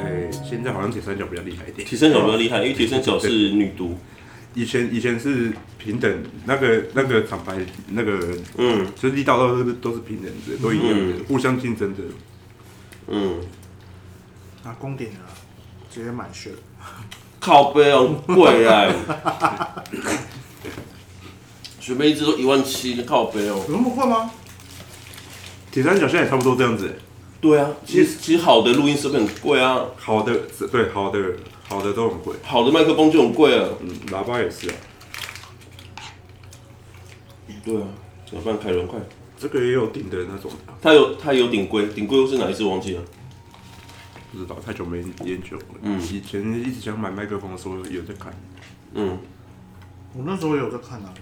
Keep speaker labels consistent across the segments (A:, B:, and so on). A: 哎好像铁三角比较厉害一点。
B: 提升角比较厉害，因为提升角是女都，
A: 以前以前是平等，那个那个厂牌那个
B: 嗯
A: 就是力道都是都是平等的，都一样的，互相竞争的。
B: 嗯，
C: 拿公顶的啦，直接满血。
B: 靠背哦，很贵 哎，随便一只都一万七，靠背哦。
C: 有那么贵吗？
A: 铁三角现在也差不多这样子，
B: 对啊，其实其实好的录音设备很贵啊，
A: 好的对好的好的都很贵，
B: 好的麦克风就很贵了。
A: 嗯，喇叭也是啊，
B: 对啊，怎么办？凯伦快，
A: 这个也有顶的那种啊，
B: 它有它有顶规，顶规又是哪一只忘记了？
A: 不知道太久没研究了。嗯，以前一直想买麦克风的时候有在看，
B: 嗯，
C: 我那时候也有在看啊。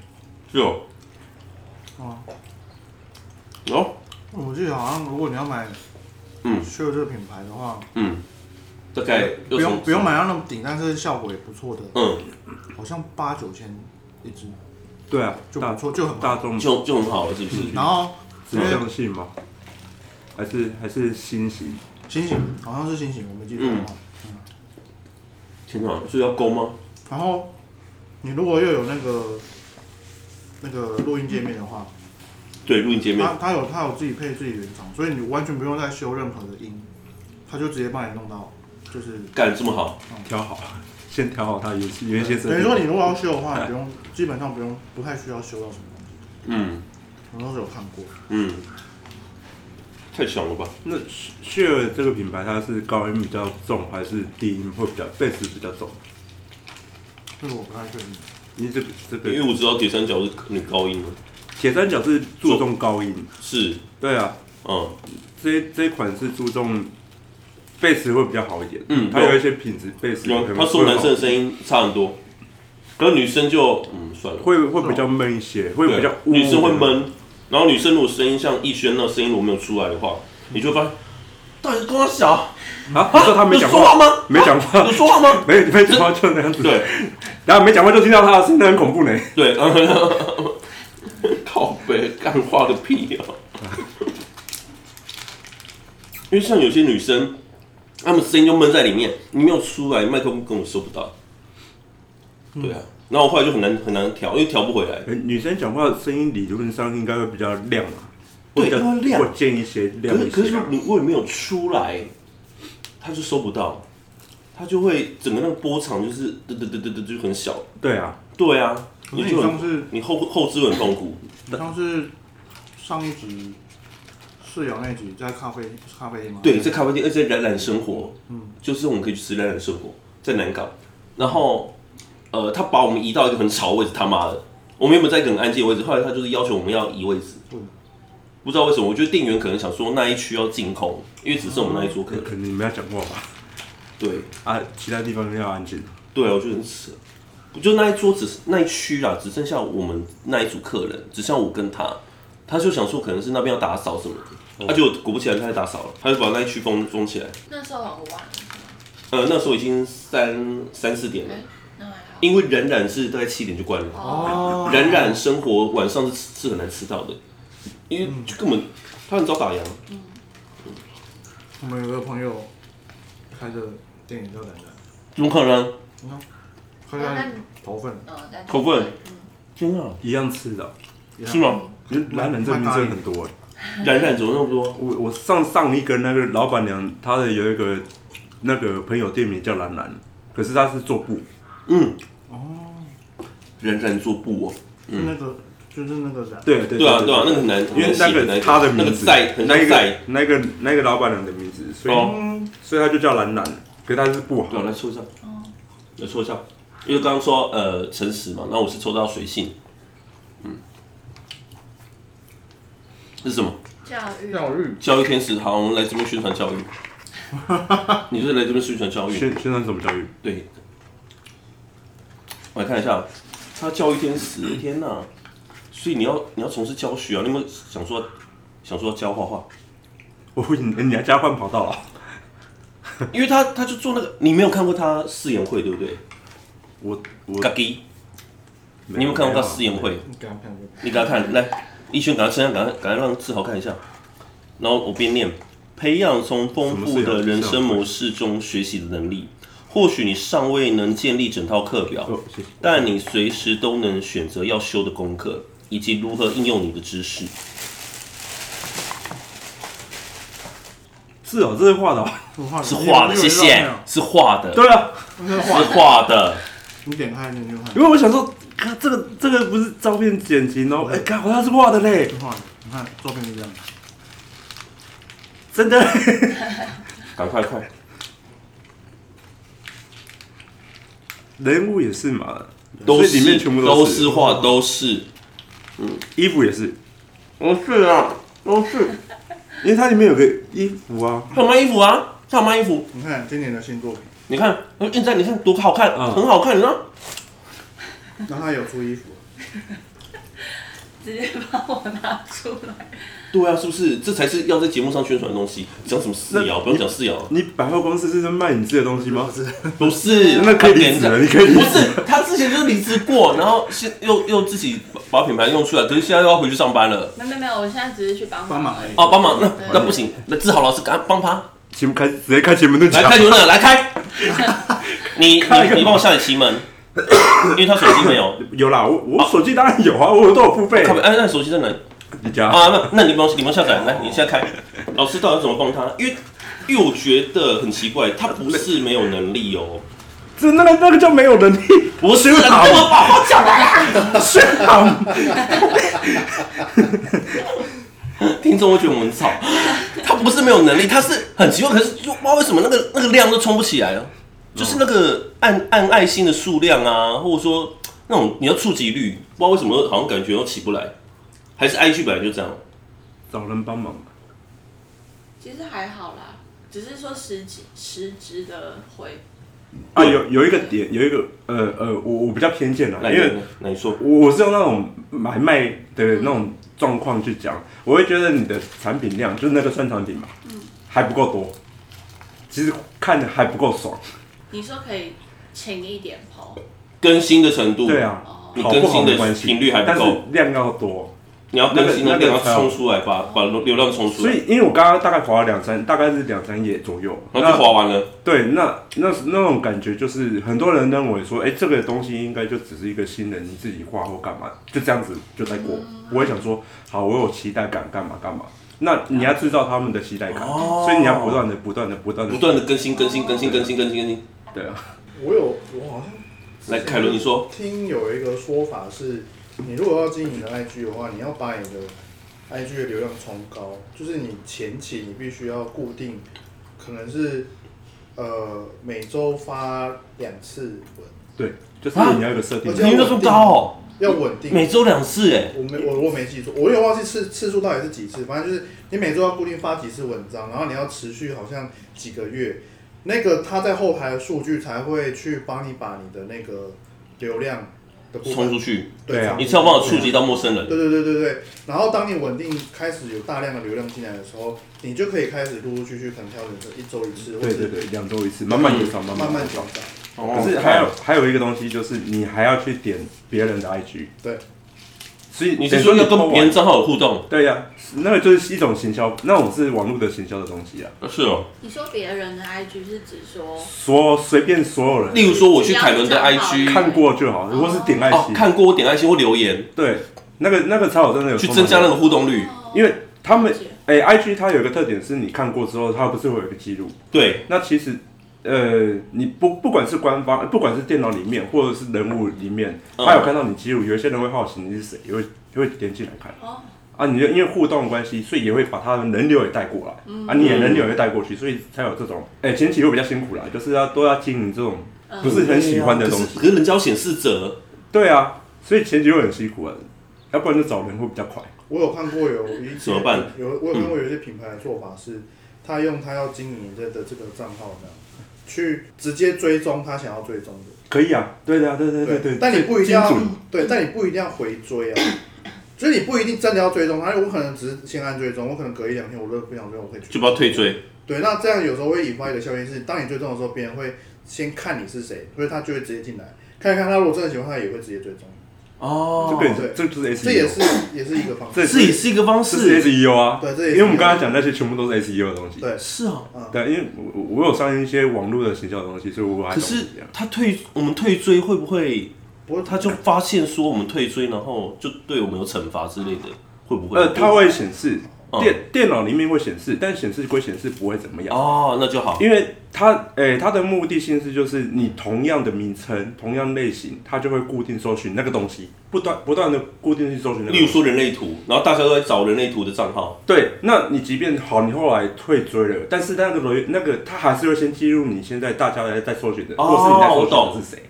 B: 是哦，
C: 啊，
B: 哦，
C: 我记得好像如果你要买，
B: 嗯
C: 秀这个品牌的话，
B: 嗯，大概
C: 不用
B: 又
C: 不用买到那么顶，但是效果也不错的，
B: 嗯，
C: 好像八九千一支
A: 对啊，
C: 就
A: 大
C: 不错，就很
A: 大众
C: 棒。
A: 指
B: 就就很好了，是不是？
C: 然后因为
A: 向性吗？还是还是新型？
C: 星星好像是星星，我没记错的话。
B: 嗯天哪，所以要勾吗？
C: 然后你如果又有那个那个录音界面的话，
B: 对，录音界面
C: 它它有它有自己配自己原厂，所以你完全不用再修任何的音，它就直接帮你弄到，就是
B: 干这么好，
A: 挑好， 先挑好它原原先设定。
C: 等于说你如果要修的话，你不用基本上不用不太需要修到什么东西。
B: 嗯
C: 我那时候有看过，
B: 嗯，太强了吧？
A: 那 Share 这个品牌，它是高音比较重，还是低音会比较贝斯比较重？
C: 这个我不太确定。
A: 因为这个这
B: 因为
A: 个
B: 我知道铁三角是女高音的，
A: 铁三角是注重高音，
B: 是，
A: 对啊，
B: 嗯
A: 这一这一款是注重贝斯会比较好一点，
B: 嗯
A: 它有一些品质贝斯
B: 有
A: 可能
B: 他
A: 会
B: 说男生的声音差很多，可是女生就嗯算了，
A: 会会比较闷一些，会比较
B: 对啊女生会，闷，然后女生如果声音像逸轩那声音如果没有出来的话，你就会发现到底是多小
A: 啊，你说他没
B: 有
A: 讲
B: 说话
A: 话，
B: 吗？
A: 没讲话
B: 有，说话 吗？
A: 没没讲话就那样子，
B: 对
A: 然后没讲话就听到他的声音，那很恐怖呢。
B: 对，靠北干话个屁啊！因为像有些女生，她们声音就闷在里面，你没有出来，麦克风根本收不到。对啊，然后我后来就很难很难调，因为调不回来。
A: 呃女生讲话声音理论上应该会比较亮啊，会比
B: 对
A: 较
B: 因为亮
A: 会见一些亮
B: 可是
A: 一些
B: 可
A: 啊。
B: 是如果你没有出来，他就收不到，他就会整个那个波长就是嘚嘚嘚嘚嘚就很小。
A: 对啊，
B: 对啊，
C: 可
B: 就
C: 是你
B: 很
C: 上次
B: 你后后置会很痛苦。
C: 你上次上一集室友那集在咖啡咖啡因吗？
B: 对，在咖啡店，而且冉冉生活，嗯，就是我们可以去吃冉冉生活，在南港。然后，呃，他把我们移到一个很吵的位置，他妈的，我们原本在一个很安静的位置，后来他就是要求我们要移位置
C: 嗯。
B: 不知道为什么，我觉得店员可能想说那一区要净空，因为只剩我们那一桌客
A: 可
B: 人。
A: 可能你们要讲话吧？
B: 对，
A: 啊，其他地方要安静。啊
B: 对，啊我觉得很扯。不就那一桌只那一区啦，只剩下我们那一组客人，只剩我跟他。他就想说可能是那边要打扫什么的，他、啊就果不其然他在打扫了，他就把那一区封封起来。
D: 那时候很晚，
B: 呃，那时候已经三三四点了，
D: 哎那还好。
B: 因为冉冉是大概七点就关了。
C: 哦，
B: 冉冉生活晚上是是很难吃到的，因为就根本他很早打烊。
C: 我们有个朋友开的电影叫《冉冉》，
B: 怎么可能？
C: 你看，他在头份
D: 嗯，在
B: 口味天啊，
A: 一样吃的哦，
B: 是吗？
A: 男人这名字很多哎、
B: 冉冉怎么那么多？
A: 我我上上一个那个老板娘，她的有一个那个朋友店名叫兰兰，可是她是做布，
B: 嗯，
C: 哦，
B: 冉冉做布哦。
C: 是那个就是那个冉，
A: 对对
B: 对啊，对啊，那个很难，
A: 因为
B: 很
A: 那
B: 难写
A: 个她的
B: 那
A: 名
B: 个
A: 字，
B: 在很
A: 那
B: 像
A: 一
B: 在
A: 个。那个那个老板娘的名字，所以、
B: 哦
C: 嗯，
A: 所以她就叫兰兰，可是她是布行，
B: 对啊，来抽一下，来抽一下，因为刚刚说呃诚实嘛，那我是抽到随性，嗯，是什么？
D: 教育，
C: 教育
B: 教育天使，好，我们来这边宣传教育。你是来这边宣传教育？
A: 宣宣传什么教育？
B: 对。我来看一下，啊他教育天使，天哪！所以你要你要从事教学啊？你有没有想说想说教画画？
A: 我问你，你还加换跑道了？啊
B: 因为他他就做那个，你没有看过他誓言会对不对？
A: 我我
B: 嘎叽，你有没有看过他誓言会？
C: 你给他看过，
B: 你给他看，来，一轩，赶快身上，赶快赶快让志豪看一下。然后我边念，培养从丰富的人生模式中学习的能力，或许你尚未能建立整套课表，
A: 哦，谢谢。
B: 但你随时都能选择要修的功课，以及如何应用你的知识。
A: 是哦，这是画的、哦。
E: 我画
B: 是画的，谢谢，是画的，
A: 对啊，
E: 那
B: 是
E: 画的，
B: 画的。
E: 你点开你就看，
A: 因为我想说，看这个这个不是照片剪辑哦，哎、看好像是画的嘞，
E: 是画的，你看照片是这样，
A: 真的。
B: 赶快快，
A: 人物也是嘛，
B: 都
A: 所以里面
B: 是
A: 全部
B: 都
A: 是
B: 是画，都是，
A: 衣服也是，
B: 都是啊，都是。
A: 因为它里面有个衣服啊，
B: 他有卖衣服啊，他有卖衣服，
E: 你看今年的新作品，
B: 你看，呃现在你看多好看，
A: 嗯
B: 很好看，你知道？
E: 然后他有出衣服，
D: 直接把我拿出来。
B: 对啊，是不是？这才是要在节目上宣传的东西。讲什么四爻？不用讲四爻，
A: 你百货公司是在卖你自己的东西吗？
B: 不是。
A: 那可以离职
B: 他
A: 了，
B: 连
A: 你可以离
B: 不
A: 职。
B: 是，他之前就离职过，然后现又又自己把品牌用出来，可是现在又要回去上班了。
D: 没有没有没有，我现在只是去帮
E: 帮忙而已
B: 哦，帮忙那
D: 对
B: 那不行，那志豪老师赶快 帮他
A: 前开直接开前门盾
B: 来
A: 墙，
B: 开牛奶，来开。 你你你帮我下你奇门，因为他手机 没有。
A: 有啦，我我手机当然有啊，我都有付费
B: 靠。北哎，那手机在哪里？
A: 你家
B: 啊，那那你帮我你帮我下载，来，你现在开。老师到底怎么帮他？因为因为我觉得很奇怪，他不是没有能力 哦，
A: 这那个那个叫没有能力，
B: 不
A: 学
B: 是，你
A: 好
B: 干嘛把话讲完？
A: 是啊，
B: 听众会觉得我们吵。他不是没有能力，他是很奇怪，可是就不知道为什么那个那个量都冲不起来了，就是那个按按爱心的数量啊，或者说那种你要触及率，不知道为什么好像感觉都起不来，还是 IG 本来就这样。
A: 找人帮忙。
D: 其实还好啦，只是说实质实质的回
A: 啊，有有一个点，有一个呃呃，我我比较偏见啦，
B: 来，
A: 因为
B: 你那你说，
A: 我我是用那种买卖的那种状况去讲，我会觉得你的产品量就是那个算产品嘛，还不够多，其实看的还不够爽。
D: 你说可以勤一点跑，
B: 更新的程度，
A: 对，啊，
D: 哦
B: 你
A: 好
B: 更
A: 不好
B: 新
A: 没关
B: 的
A: 系，
B: 频率还
A: 但
B: 不
A: 是
B: 够，
A: 量要多。
B: 你要更新
A: 那
B: 那
A: 个
B: 个要
A: 那个
B: 冲出来，把把流量冲出
A: 所
B: 来，
A: 以，因为我刚刚大概划了两三，大概是两三页左右。
B: 然后就
A: 那
B: 滑完了。
A: 对，那那那种感觉就是很多人认为说，哎、这个东西应该就只是一个新人你自己画或干嘛，就这样子就在过。我也想说，好，我有期待感，干嘛干嘛。那你要制造他们的期待感，
B: 哦
A: 所以你要不断的、不断的、不断的
B: 不、断的更新，更新，更新，更新，更新，更新。
A: 对啊，
C: 我有，我好像
B: 来，凯伦，你说，
C: 听有一个说法是，你如果要经营你的 IG 的话，你要把你的 IG 的流量冲高，就是你前期你必须要固定，可能是呃每周发两次文，
A: 对，就是
B: 啊
A: 你要有一个设定
C: 而。且
B: 你那说高哦，
C: 要稳定。
B: 每周两次哎，
C: 我没我我没记住，我有点忘记次次数到底是几次，反正就是你每周要固定发几次文章，然后你要持续好像几个月，那个他在后台的数据才会去帮你把你的那个流量的部
B: 冲
C: 分
B: 出去，
A: 对啊
C: 冲出
B: 你
C: 去
B: 才有办法触及到陌生人。
C: 对对对对对，然后当你稳定开始有大量的流量进来的时候，你就可以开始陆陆续续可能调整成一周一次，或
A: 嗯对对
C: 者
A: 对，两周一次，慢慢减少，慢
C: 慢慢
A: 慢
C: 调整。
A: 可是哦还有还有一个东西，就是你还要去点别人的 IG，
C: 对，
A: 所以
B: 你是说要跟别人账号有互动？
A: 对呀、那个就是一种行销，那种是网络的行销的东西啊。
B: 是哦，
D: 你说别人的 IG 是指说
A: 所随便所有人
B: 例如说我去凯伦的
D: 只要
A: 看
B: IG，
A: 过就好，如果是点爱
B: 哦，
A: 心，
B: 看过我点爱心或留言，
A: 对，那个那个才有真的有
B: 去增加
A: 了，
B: 那个互动率。
A: 因为他们
D: 哦了解
A: 哎、i g 它有一个特点是你看过之后，它不是会有一个记录？
B: 对，
A: 那其实呃，你不不管是官方，不管是电脑里面或者是人物里面，
B: 嗯
A: 他有看到你记录，有一些人会好奇你是谁，也会也会点进来看。
D: 哦
A: 啊，你就因为互动的关系，所以也会把他的人流也带过来，
B: 嗯
A: 啊，你也人流也带过去，所以才有这种，哎、前期会比较辛苦啦，就是要都要经营这种
B: 嗯
A: 不是很喜欢的
B: 可
A: 东西。
B: 是可是人家有显示者，
A: 对啊，所以前期会很辛苦啊，要不然就找人会比较快。
C: 我有看过有一些
B: 怎么办
C: 有
A: 嗯
C: 我有看过有一些品牌的做法是，他用他要经营的的这个账号呢，去直接追踪他想要追踪的。
A: 可以啊，对的啊，对对对对，
C: 但你不一定
A: 精
C: 要哦
A: 准
C: 对，但你不一定要回追啊。 就是你不一定真的要追踪他，我可能只是先按追踪，我可能隔一两天我如果不想追，我会去
B: 就不要退追。
C: 对，那这样有时候会引发一个效应是，当你追踪的时候，别人会先看你是谁，所以他就会直接进来，看一看他如果真的喜欢，他也会直接追踪。
B: 哦哦，
A: 这个也
C: 对
A: 是这就是
C: 这也
A: SEO，
C: 是也是一个方式。
A: 这
B: 这也是一个方
A: 这是
B: 式，
A: SEO 啊，
C: 对这也是
A: 因为我们刚才讲那些全部都是 SEO 的东西。
C: 对，
B: 是啊。
A: 对，因为我我有上一些网络的行销的东西，所以我还
B: 可
A: 懂
B: 是
A: 一样。
B: 他退，我们退追会不会？
C: 不过
B: 他就发现说我们退追，然后就对我们有惩罚之类的，会不会？
A: 呃，它会显示
B: 嗯
A: 电电脑里面会显示，但显示归显示，不会怎么样。
B: 哦，那就好。
A: 因为它，诶、它的目的性是就是你同样的名称、同样类型，它就会固定搜寻那个东西，不断不断的固定去搜寻那个
B: 例
A: 东
B: 如
A: 西。
B: 说人类图，然后大家都在找人类图的账号，
A: 对，那你即便好，你后来退追了，但是那个罗那个它还是会先记录你现在大家在在搜寻的，
B: 哦
A: 或者是你在搜
B: 我
A: 寻
B: 懂嗯
A: 的是谁。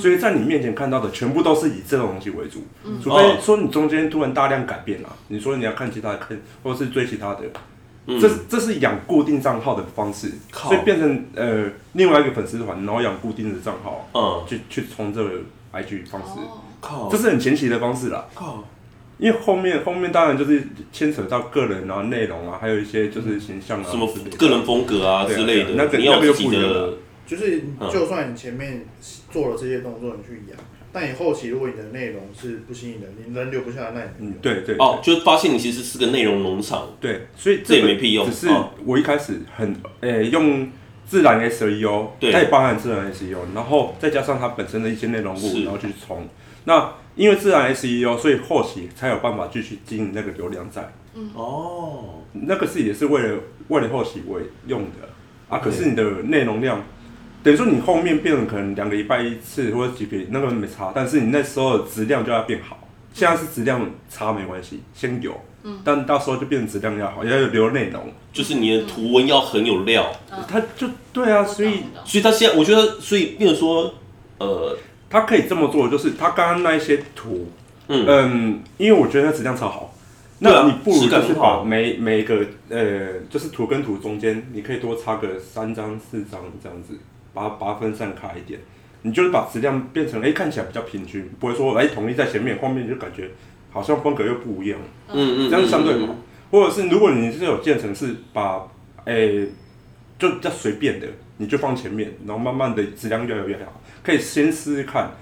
A: 所以在你面前看到的全部都是以这种东西为主，除
B: 哦
A: 非说你中间突然大量改变了、你说你要看其他的看，或是追其他的，
B: 嗯
A: 这是这是养固定账号的方式，
B: 靠
A: 所以变成呃另外一个粉丝团，然后养固定的账号，
B: 嗯，
A: 去去冲这个 IG 方式，
D: 哦，
B: 靠
A: 这，是很前期的方式啦。
B: 靠，
A: 因为后面后面当然就是牵扯到个人啊、内容啊，还有一些就是形象啊
B: 什么
A: 之类的
B: 个人风格啊
A: 对啊
B: 之类
A: 对啊那
B: 的，
A: 个
B: 你要
A: 那个
B: 有
A: 又
B: 自己
A: 不一样
B: 的
A: 了，
C: 就是你
B: 嗯
C: 就算你前面做了这些动作，你去养，但你后期如果你的内容是不吸引人，你人留不下来，那你
A: 嗯
C: 没有。
A: 对对
B: 哦，就发现你其实是个内容农场，
A: 对，所以
B: 这也
A: 个
B: 没屁用
A: 只是
B: 哦
A: 我一开始很呃、用自然 SEO，
B: 对
A: 它也包含自然 SEO，然后再加上它本身的一些内容物，
B: 是
A: 然后去冲。那因为自然 SEO，所以后期才有办法继续经营那个流量在，
B: 哦，
A: 那个是也是为了为了后期为用的啊。可是你的内容量，等于说你后面变成可能两个礼拜一次或者几个那个没差，但是你那时候的质量就要变好。现在是质量差没关系，先有，但到时候就变成质量要好，要有留内容。
B: 就是你的图文要很有料，
D: 嗯
A: 他就对啊，
D: 我懂
A: 所以
D: 我懂
B: 所以他现在我觉得，所以变成说，呃，
A: 他可以这么做，就是他刚刚那一些图，
B: 嗯，
A: 嗯，因为我觉得它质量超好，
B: 对啊
A: 那你不如
B: 质感
A: 就是
B: 很好
A: 把每每一个呃，就是图跟图中间，你可以多插个三张四张这样子，把它把它分散开一点，你就是把质量变成哎、看起来比较平均，不会说哎统一在前面，后面就感觉好像风格又不一样，
B: 嗯嗯，
A: 这样相对
B: 嗯
A: 嘛。或者是如果你是有建成是把哎、就比较随便的，你就放前面，然后慢慢的质量越来越好，可以先试试看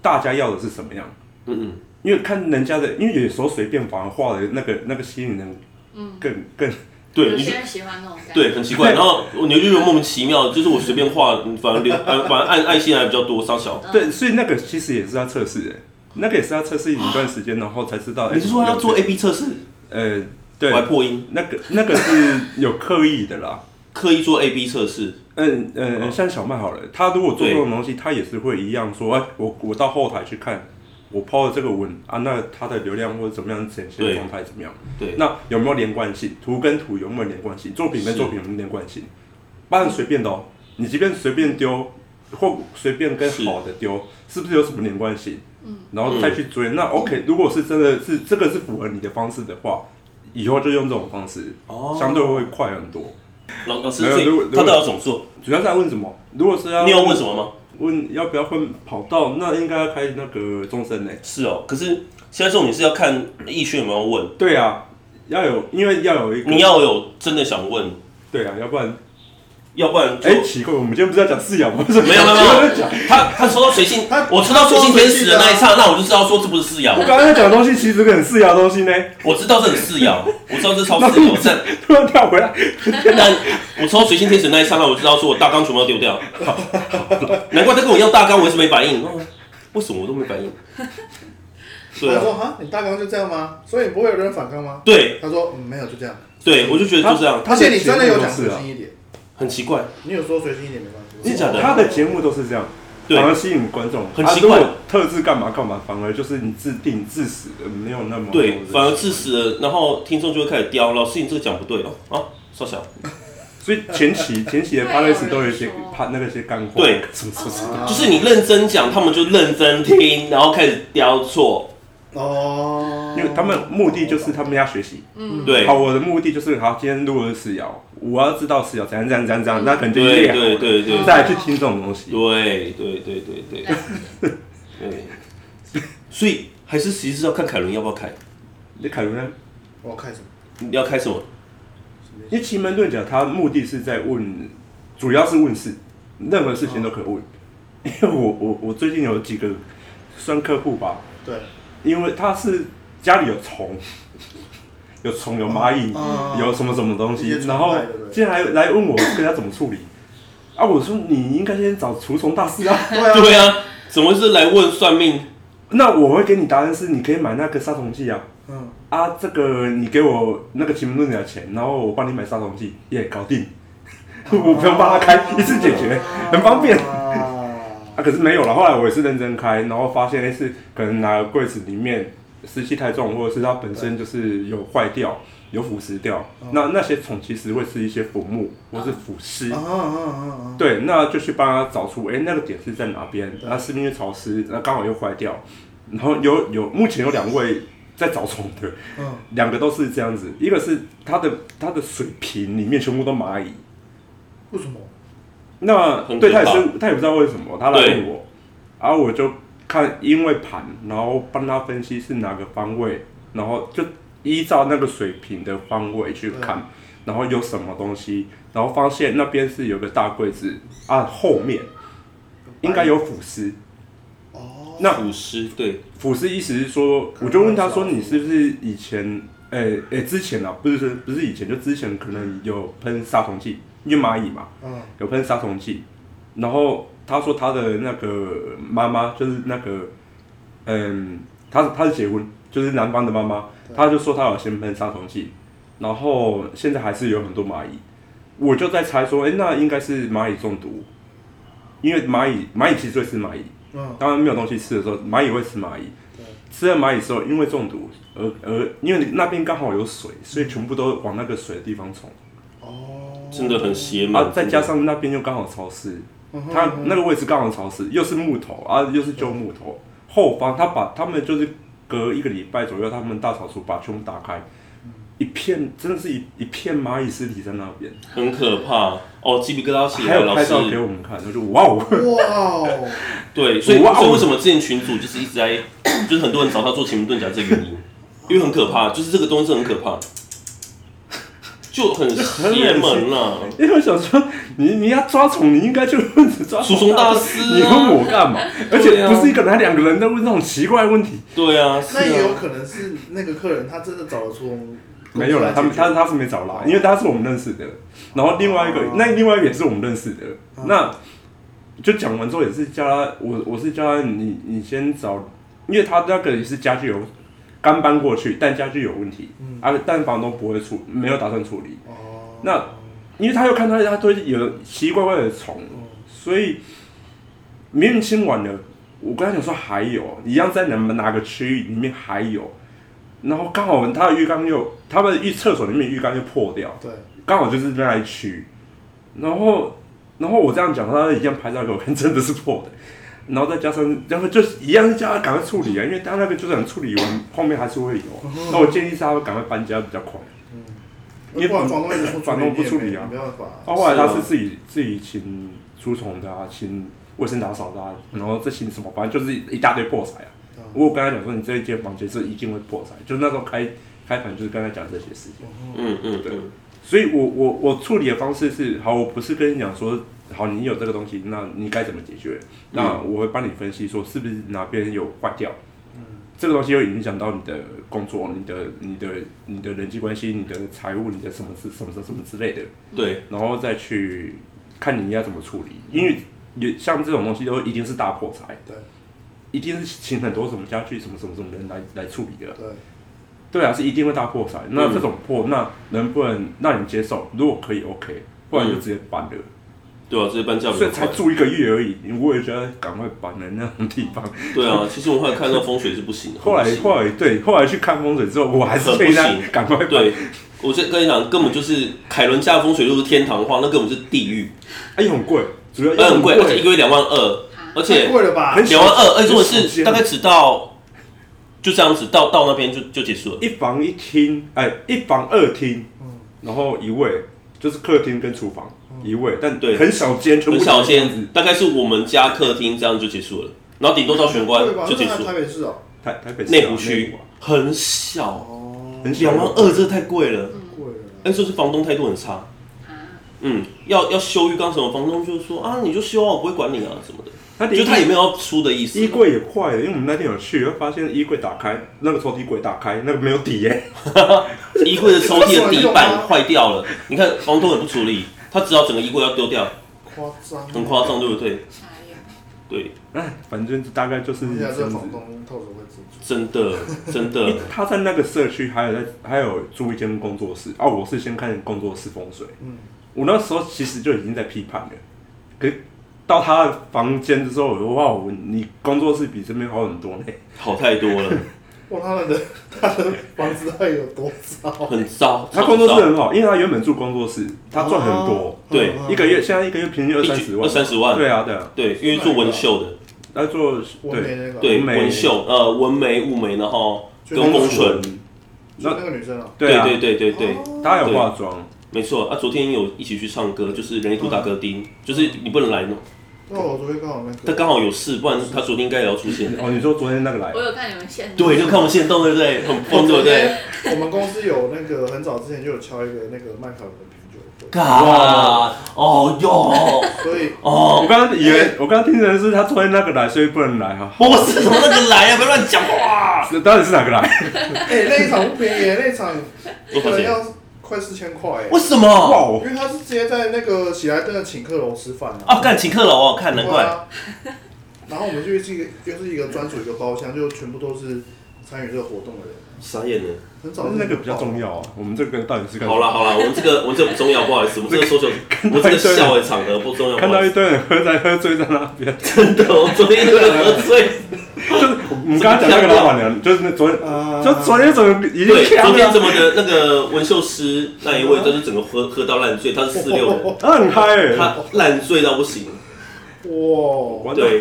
A: 大家要的是什么样。
B: 嗯嗯，
A: 因为看人家的，因为有时候随便反而画的那个那个吸引人，嗯，更更
B: 对，
D: 有
B: 你就
D: 些人喜欢那种感觉。
B: 对，很奇 怪。然后我牛就觉得莫名其妙，就是我随便画，反而留，呃反而按爱心还比较多，稍小。
D: 嗯
A: 对，所以那个其实也是他测试的，那个也是他测试一段时间，然后才知道。哎
B: 你是说要做 A B 测试？
A: 呃，
B: 我
A: 对
B: 还，破音，
A: 那个那个是有刻意的啦。
B: 刻意做 A B 测试。
A: 嗯嗯，嗯像小麦好了，他如果做
B: 哦对
A: 这种东西，他也是会一样说，哎，我我到后台去看，我抛了这个文啊，那它的流量或者怎么样呈现
B: 对
A: 的状态怎么样？
B: 对，
A: 那有没有连贯性？图跟图有没有连贯性？作品跟
B: 是
A: 作品有没有连贯性？不然随便的哦，你即便随便丢，或随便跟
B: 是
A: 好的丢，是不是有什么连贯性？
D: 嗯，
A: 然后再去追。那 OK，如果是真的是这个是符合你的方式的话，以后就用这种方式，
B: 哦
A: 相对会快很多。
B: 老老师，
A: 没有
B: 所以
A: 如果如
B: 他
A: 果
B: 到底要怎么做？
A: 主要是在问什么？如果是要
B: 你有问什么吗？
A: 问要不要分跑道，那应该要开那个终身呢？
B: 是哦，可是现在重点是要看易轩有没有问，
A: 对啊，要有，因为要有一个
B: 你要有真的想问，
A: 对啊，要不然
B: 要不然就
A: 哎、奇怪，我们今天不是要讲饲 养吗？没
B: 没有没有没有
A: 讲。
B: 他他抽到水性
C: 他，
B: 我抽到水性天使的那一刹那，我就知道说这不是饲养
A: 我，刚才讲的东西其实很饲养的东西呢，
B: 我知道这很饲养，我知道这超
A: 那
B: 饲
A: 你
B: 养，但
A: 突然跳回来，
B: 但我抽到水性天使那一刹那，我知道说我大纲全部要丢掉，难怪他跟我要大纲，我一直没反应，哦为什么我都没反应？对
C: 他
B: 啊，
C: 说哈，你大纲就这样吗？所以不会有人反抗吗？
B: 对
C: 他说嗯没有，就这样。
B: 对，我就觉得就这样，
A: 他
C: 而
A: 的
C: 且你真的有
A: 节目
C: 讲
A: 都是
C: 随
A: 啊
C: 性一点，
B: 很奇怪，
C: 你有说随性一点没关系。
B: 真假的
A: 他的节目都是这样，
B: 对
A: 反而吸引观众。
B: 很
A: 啊
B: 奇怪
A: 如果特制干嘛干嘛，反而就是你自定自死的，没有那么多
B: 对，
A: 的
B: 反而致死了，然后听众就会开始刁，老师你这个讲不对哦，啊，少小。
A: 所以前 期前期的 p a
D: 对
A: l 都有一些
D: 有人说
A: 他那个些干货，
B: 对，
A: 什么什么什
C: 啊
A: 么，
B: 就是你认真讲，他们就认真听，然后开始雕错。
C: 哦，
A: 因为他们目的就是他们要学习。
D: 嗯，
B: 对
A: 好，我的目的就是好，今天录的是瑶，我要知道是瑶怎样怎样怎样怎样，那可能就
B: 对
A: 练好
B: 对
A: 了，
B: 对对
A: 再来去听这种东西。
B: 对对对对对对。所以还是其实是要看凯伦要不要开，
A: 你凯伦呢？
C: 我看什么？
B: 你要开什么？
A: 因为奇门遁甲，它目的是在问，主要是问事，任何事 情都可问。因为我我我最近有几个算客户吧，
C: 对，
A: 因为它是家里有虫，有虫有蚂蚁，
E: 啊
A: 有什么什么东西
E: 一些，虫
A: 然后
E: 害对不对
A: 竟然还来问我跟他怎么处理。啊，我说你应该先找除虫大师啊。
B: 对啊，怎么会是来问算命？
A: 那我会给你答案是，你可以买那个杀虫剂啊。
E: 嗯，
A: 啊，这个你给我那个奇门遁甲钱，然后我帮你买杀虫剂，也、搞定。我不用帮他开，一次解决，
C: 哦
A: 很方便。
E: 啊，
A: 啊，可是没有了。后来我也是认真开，然后发现诶是可能哪个柜子里面湿气太重，或者是它本身就是有坏掉、有腐蚀掉。那那些虫其实会是一些腐木或是腐尸。
E: 啊啊啊啊！
A: 对，那就去帮他找出，哎、那个点是在哪边？然后是因为潮湿，然后刚好又坏掉，然后有有目前有两位在找虫的，
E: 嗯，
A: 两个都是这样子，一个是它的它的水瓶里面全部都蚂蚁，
E: 为什么？
A: 那
B: 很可
A: 对他也
B: 怕
A: 是他也不知道为什么，他来
B: 对
A: 问我，然后我就看因为盘，然后帮他分析是哪个方位，然后就依照那个水平的方位去看，然后有什么东西，然后发现那边是有个大柜子啊，后面应该有腐尸。
E: 哦，
A: 那
B: 腐尸对，
A: 腐尸意思是说，我就问他说你是不是以前，诶、诶、之前啊，不是说不是以前，就之前可能有喷杀虫剂，因为蚂蚁嘛，
E: 嗯，
A: 有喷杀虫剂，然后他说他的那个妈妈就是那个，嗯，他他是结婚，就是男方的妈妈，他就说他有先喷杀虫剂，然后现在还是有很多蚂蚁，我就在猜说，哎、那应该是蚂蚁中毒，因为蚂蚁蚂蚁其实会吃蚂蚁，
E: 嗯，
A: 当然没有东西吃的时候，蚂蚁会吃蚂蚁
E: 对，
A: 吃了蚂蚁之后，因为中毒而而因为那边刚好有水，所以全部都往那个水的地方冲。
E: 哦，
B: 真的很邪门。
A: 啊，再加上那边又刚好潮湿，它那个位置刚好潮湿，又是木头啊，又是旧木头，后方他把他们就是隔一个礼拜左右，他们大扫除把全部打开，一片真的是一一片蚂蚁尸体在那边，
B: 很可怕哦，鸡皮疙瘩起
A: 还
B: 来，
A: 有
B: 老
A: 拍照给
B: 师。
A: 我们看，我就哇哦，
E: 哇哦，
B: 对，所以
A: 哇哦
B: 所以为什么之前群主就是一直在， 就是很多人找他做奇门遁甲这个原 因，因为很可怕，就是这个东西很可怕，就很邪门啊啦、
A: 因为我想说你你要抓虫，你应该去问抓
B: 鼠
A: 虫
B: 虫大
A: 师，
B: 师、啊，
A: 你问我干嘛？而
B: 对
A: 且
B: 啊
A: 不是一个人，还两个人在问这种奇怪的问题，
B: 对啊，是
E: 那也有
B: 啊，
E: 可能是那个客人他真的找得出。
A: 没有了，他们他他是没找啦，因为他是我们认识的，然后另外一个、
E: 哦
A: 那另外一个也是我们认识的，那就讲完之后也是叫他，我我是叫他你你先找，因为他那个也是家具有刚搬过去，但家具有问题，啊，但房东不会处，没有打算处理，
E: 哦，
A: 那因为他又看到他堆有奇奇怪怪的虫，所以明明清完了，我跟他讲说还有，一样在哪哪个区域里面还有，然后刚好他的浴缸又，他们浴厕所里面浴缸就破掉，
E: 对，
A: 刚好就是那一区，然后然后我这样讲，他一样拍照给我看，真的是破的。然后再加上，然后就是一样是叫他赶快处理啊，因为他那个就算处理完，后面还是会有。那我建议是他赶快搬家比较快。因为
E: 不然房东一直不
A: 房东不处理啊
E: 你也没没办法
A: 啊，后来他是自己自己请除虫的啊，请卫生打扫的、啊，然后再请什么，反正就是一大堆破财啊。
E: 嗯
A: 我有跟他讲说，你这一间房间是一定会破财，就那时候开开盘就是跟他讲这些事情。
B: 嗯嗯
A: 对
B: 嗯，
A: 所以我我我处理的方式是，好，我不是跟你讲说，好，你有这个东西，那你该怎么解决？那我会帮你分析说，是不是哪边有坏掉？
E: 嗯
A: 这个东西会影响到你的工作、你的、你的、你的人际关系、你的财务、你的什么之什么什么什么之类的。
B: 对，
A: 然后再去看你要怎么处理，因为也像这种东西都一定是大破财，
E: 对，
A: 一定是请很多什么家具什么什么什么人来来处理的，
E: 对，
A: 对啊，是一定会大破财。
B: 嗯
A: 那这种破，那能不能让你接受？如果可以，OK，不然就
B: 嗯
A: 直接搬了。
B: 对啊，这些搬家比
A: 所
B: 较
A: 以才
B: 快。
A: 住一个月而已，我也觉得赶快搬了那种地方。
B: 对啊，其实我后来看到风水是不行的，
A: 后来
B: 不行
A: 后来对，后来去看风水之后，我还是
B: 很不
A: 被那
B: 行
A: 赶快搬。
B: 对，我这跟你讲，根本就是凯伦家的风水就是天堂化，那根本就是地狱，
A: 哎，很贵，主要
B: 那
A: 又
B: 嗯很贵，而且一
A: 贵，
B: 个月两万二，
E: 啊
B: 而且
E: 太贵了 吧？
A: 很
B: 两万二，而且我
A: 很少
B: 是
A: 见
B: 大概只到就这样子，到到那边就就结束了。
A: 一房一厅，哎，一房二厅，
C: 嗯
A: 然后一卫就是客厅跟厨房一卫，但
B: 对
A: 很小间，全部
B: 很少
A: 都是这样
B: 见
A: 子，
B: 大概是我们家客厅这样就结束了，然后顶多到玄关
E: 贵吧？
B: 就结
E: 那
B: 束
E: 在台。北市哦，
A: 台台北市啊
B: 内湖区
A: 啊
B: 很小，
E: 哦，
A: 很小
B: 两万
C: 嗯
A: 吗？
B: 二，这太贵了。哎
E: 贵了啦。
B: 那时候是房东态度很差，嗯，要要修浴缸什么，房东就说啊，你就修啊，我不会管你啊什么的。
A: 他
B: 就他也没
A: 有。
B: 有要出的意思
A: 衣。柜也坏了，因为我们那天有去，会发现衣柜打开，那个抽屉柜打开，那个没有底耶、
B: 衣柜的抽屉的底板坏掉 了，你看房东也不处理，他只好整个衣柜要丢掉，
C: 夸张，
B: 很夸张，对不对？
D: 傻眼。
B: 对，
A: 哎，反正大概就是
C: 人
A: 这
C: 家
A: 样
C: 这
A: 子。
C: 房东透着会自主，
B: 真的真
A: 因为
B: 的，
A: 他在那个社区还有在还有租一间工作室啊，我是先看工作室风水，
C: 嗯，
A: 我那时候其实就已经在批判了，可是到他的房间之后，我说哇，我你工作室比这边好很多呢，
B: 好太多了，
C: 哇，他们的他的房子到底有多糟？
B: 很糟。
A: 他工作室很好，因为他原本住工作室，他赚很多，
B: 对
C: 嗯
A: 一个月现在一个月平均二
B: 哦一
A: 三
B: 举
A: 十万，
B: 二三十万
A: 对啊对啊，
B: 对，因为做纹绣的，
A: 他做
C: 我
A: 对
C: 没那个，
B: 对
A: 纹眉
B: 纹绣，呃，纹眉、雾眉，然后
C: 就
B: 跟
C: 工
B: 工唇，
C: 就那个女生啊，
A: 对啊
B: 对对对对，
A: 他还有化妆，
B: 没错啊。昨天有一起去唱歌，就是人力图大哥丁，就是你不能来弄，
C: 那我昨天刚好那
B: 他
C: 个，
B: 刚好有事，不然他昨天应该也要出现。
A: 哦，你说昨天那个来
D: 我，有看你们现
B: 对，就看我们现动，对不对？很疯，对不 对？
C: 我们公司有那个很早之前就有敲一个那个麦考伦的品酒会，
B: 嘎，哦哟，
C: 所以
B: 哦
A: 我，刚刚以为我刚刚听成是他昨天那个来，所以不能来哈，
B: 不是从那个来啊，不要乱讲话。
A: 那到底是哪个来？
C: 哎那一场不便宜耶，那一场
B: 多少
C: 可能
B: 钱？
C: 要快四千块耶，
B: 为什么？
A: 哇哦
C: 因，为他是直接在那个喜来登的请客楼吃饭啊。
B: 啊，干请客楼哦，看难
C: 对
B: 怪。
C: 啊。然后我们就是一个就是一个专属一个包厢，就全部都是参与这个活动的人。
B: 傻眼了。
C: 很早
A: 但
C: 就是
A: 那个比较重要啊，我们这个到底是干嘛
B: 好啦好啦，我们这个我们这个不重要，不好意 思，我们这个说球，我
A: 到
B: 们这个笑的场合不重要，
A: 看
B: 不好
A: 到
B: 意
A: 一
B: 思
A: 堆人喝在喝醉在那边，
B: 真 的，我昨天有点喝醉。
A: 我们刚刚讲那个老板娘，就是那昨天，
C: 啊
A: 就昨天怎么已经
B: 对，
A: 呛
B: 昨天
A: 了，
B: 怎么的那个纹绣师那一位，就是整个喝喝到烂醉，他是四六人，
A: 他很嗨 欸，
B: 他烂醉到不行，
C: 哇，
A: 我
B: 对，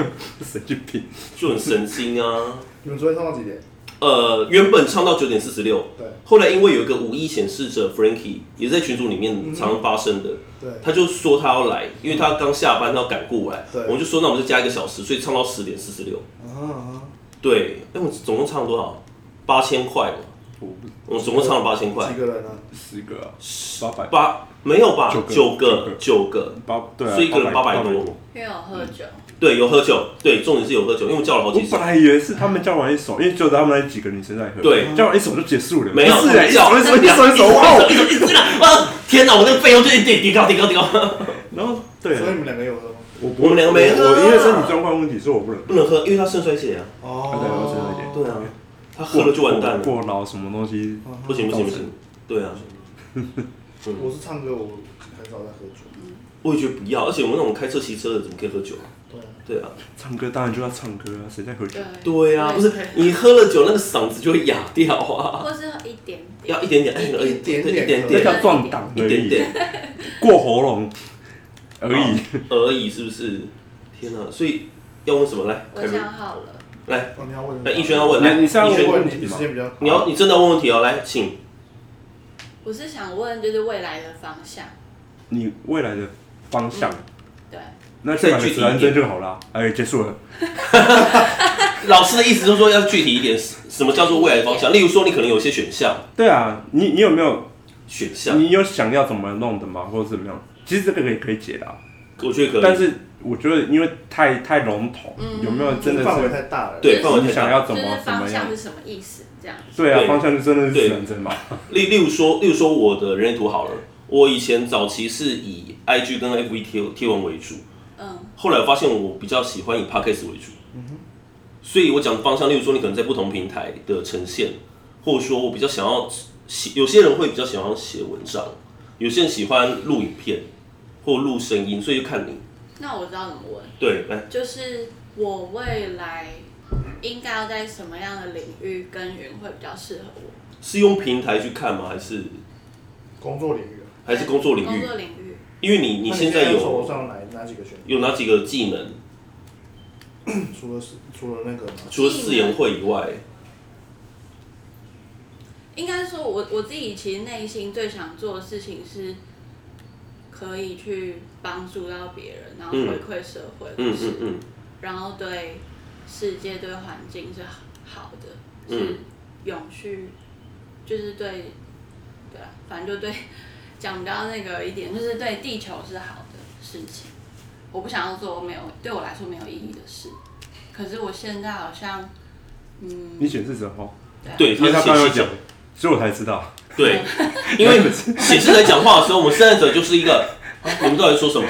A: 神经病，
B: 就很神经啊。
C: 你们昨天唱到几点？
B: 呃，原本唱到九点四十六，
C: 对
B: 后来因为有一个五一显示者 Frankie 也是在群组里面常常发生的，
C: 对，
B: 他就说他要来，因为他刚下班，他要赶过来
C: 对，
B: 我们就说那我们就加一个小时，所以唱到十点四十六。
C: 啊啊，
B: 对，哎，我们总共唱了多少？八千块嘛，
A: 我不
B: 我们总共唱了八千块
C: 几，个人啊？
A: 十个啊，八百
B: 八没有吧
A: 九？个
B: 九个，九个，
A: 八对啊，
B: 所以一个人
A: 八
B: 800多
A: 多。
D: 因为我喝酒，
B: 对，有喝酒，对，重点是有喝酒，因为我叫了好
A: 我
B: 几首
A: 本，来以为是他们叫完一首，因为只有他们那几个女生在喝，
B: 对
A: 叫完一首就结束了，
B: 没有
A: 不是欸一
B: 叫
A: 首一首一首一 首，哇
B: 哇，
A: 哦，
B: 一首一首一首，哇，天哪，我那个费用就一点提高，提高，提高，
A: 然后
C: 所
A: 对
C: 以，你们两个有喝吗？
A: 我不
B: 我们两个没喝啊
A: 我因为身体状况问题，所以我不能，
B: 不能喝，因为他肾衰竭啊。
A: 啊对，我身体
B: 对啊，他喝了就完蛋了，
A: 过劳什么东西，
C: 啊
B: 不行不行不行，对啊，
C: 我是唱歌，我很少在喝酒。
B: 我也觉得不要，而且我们那种开车骑车的怎么可以喝酒啊？
C: 对啊，
B: 对啊，
A: 唱歌当然就要唱歌啊，谁在喝酒
D: 对？
B: 对啊，不
D: 我也
B: 是你喝了酒那个嗓子就会哑掉啊，
D: 或是一点点，
B: 要一点点，哎，
C: 一点点
B: 对一点
A: 那
C: 对
A: 叫
B: 点，
A: 撞档而
B: 一点
A: 已，
B: 点
A: 过喉咙而已。
B: 而已，是不是？天哪，所以要问什么来？
D: 我想好了，
B: 来，
C: 哦，你要问？
B: 来，逸轩要问，
A: 你
B: 来，
A: 你是要
B: 逸轩
A: 问
C: 问你时间比较好，
B: 你要你真的要问问题哦，来，请。
D: 我是想问就是未来的方向，
A: 你未来的方向，
D: 对，
A: 那去买个指南针就好啦。哎，结束了。
B: 老师的意思就是说要具体一点，什么叫做未来的方向？例如说，你可能有一些选项，
A: 对啊，你你有没有
B: 选项，
A: 你有想要怎么弄的吗，或者怎么样？其实这个也可以解答，
B: 我觉得可以。
A: 但是我觉得因为太太笼统，有没有真的
C: 范围
A: 是
C: 太大了。
B: 对，范围
A: 你
B: 太
A: 想
B: 大。
A: 要怎
D: 就
A: 么
D: 是
A: 怎
D: 方
A: 么
D: 向
A: 样
D: 是？什么意思这样子。
A: 对啊，
B: 对
A: 方向就真的是指南针嘛。
B: 例例如说，例如说我的人类图好了，我以前早期是以 IG 跟 FB 贴贴文为主，
D: 嗯，
B: 后来我发现我比较喜欢以 Podcast 为主，所以我讲的方向，例如说你可能在不同平台的呈现，或者说我比较想要写，有些人会比较喜欢写文章，有些人喜欢录影片或录声音，所以就看你。
D: 那我知道怎么问，
B: 对，来，
D: 就是我未来应该要在什么样的领域耕耘会比较适合我？
B: 是用平台去看吗？还是
C: 工作领域啊，
B: 还是工作领
D: 工
B: 域？
D: 作领域，
B: 因为你
C: 那
B: 你现在
C: 手
B: 有
C: 上哪哪几个选
B: 有哪几个技能？
C: 项？除了是除了那个嘛，
B: 除了四言会以外，
D: 应该说我我自己其实内心最想做的事情是，可以去帮助到别人，然后
B: 嗯
D: 回馈社会，
B: 嗯
D: 是
B: 嗯嗯，
D: 然后对世界、对环境是好的，
B: 嗯
D: 是永续，就是对，对啊，反正就对，讲比较那个一点，就是对地球是好的事情。我不想要做没有对我来说没有意义的事。可是我现在好像，嗯，啊
A: 你显示者后，
B: 对，
A: 因为他
B: 是
A: 刚刚有
B: 显示
A: 讲
B: 者，，
A: 所以我才知道。
B: 对，因为显示者讲话的时候，我们生产者就是一个，啊你们到底在说什么？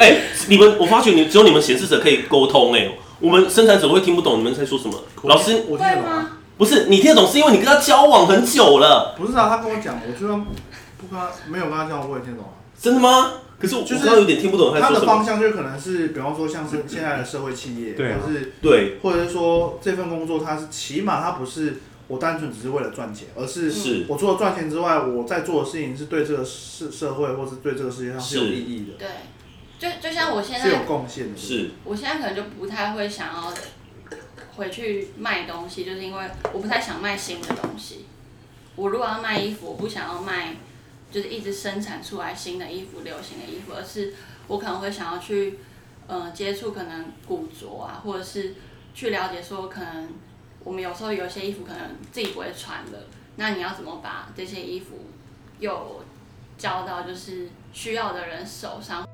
B: 哎、你们，我发觉你只有你们显示者可以沟通、哎，我们生产者会听不懂你们在说什么。老师
E: 我听得
D: 会
E: 懂啊。
D: 吗？
B: 不是你听得懂，是因为你跟他交往很久了，
E: 不是啊，他跟我讲，我就算不跟他没有跟他讲，我也听得懂啊。
B: 真的吗？可是我
E: 就是
B: 我刚刚有点听不懂他在
E: 他
B: 说
E: 的
B: 什
E: 方
B: 么。
E: 向就可能是，比方说像是现在的社会企业，
A: 对啊
E: 或者是
B: 对，
E: 或者是说这份工作，它是起码它不是我单纯只是为了赚钱，而是
B: 是
E: 我除了赚钱之外，我在做的事情是对这个社社会或是对这个世界上是有意义
D: 对，就就像我现
E: 的，是有
D: 在，
E: 贡献的。
B: 是
D: 我现在可能就不太会想要回去卖东西，就是因为我不太想卖新的东西。我如果要卖衣服，我不想要卖，就是一直生产出来新的衣服、流行的衣服，而是我可能会想要去，呃，接触可能古着啊，或者是去了解说，可能我们有时候有些衣服可能自己不会穿的，那你要怎么把这些衣服又交到就是需要的人手上？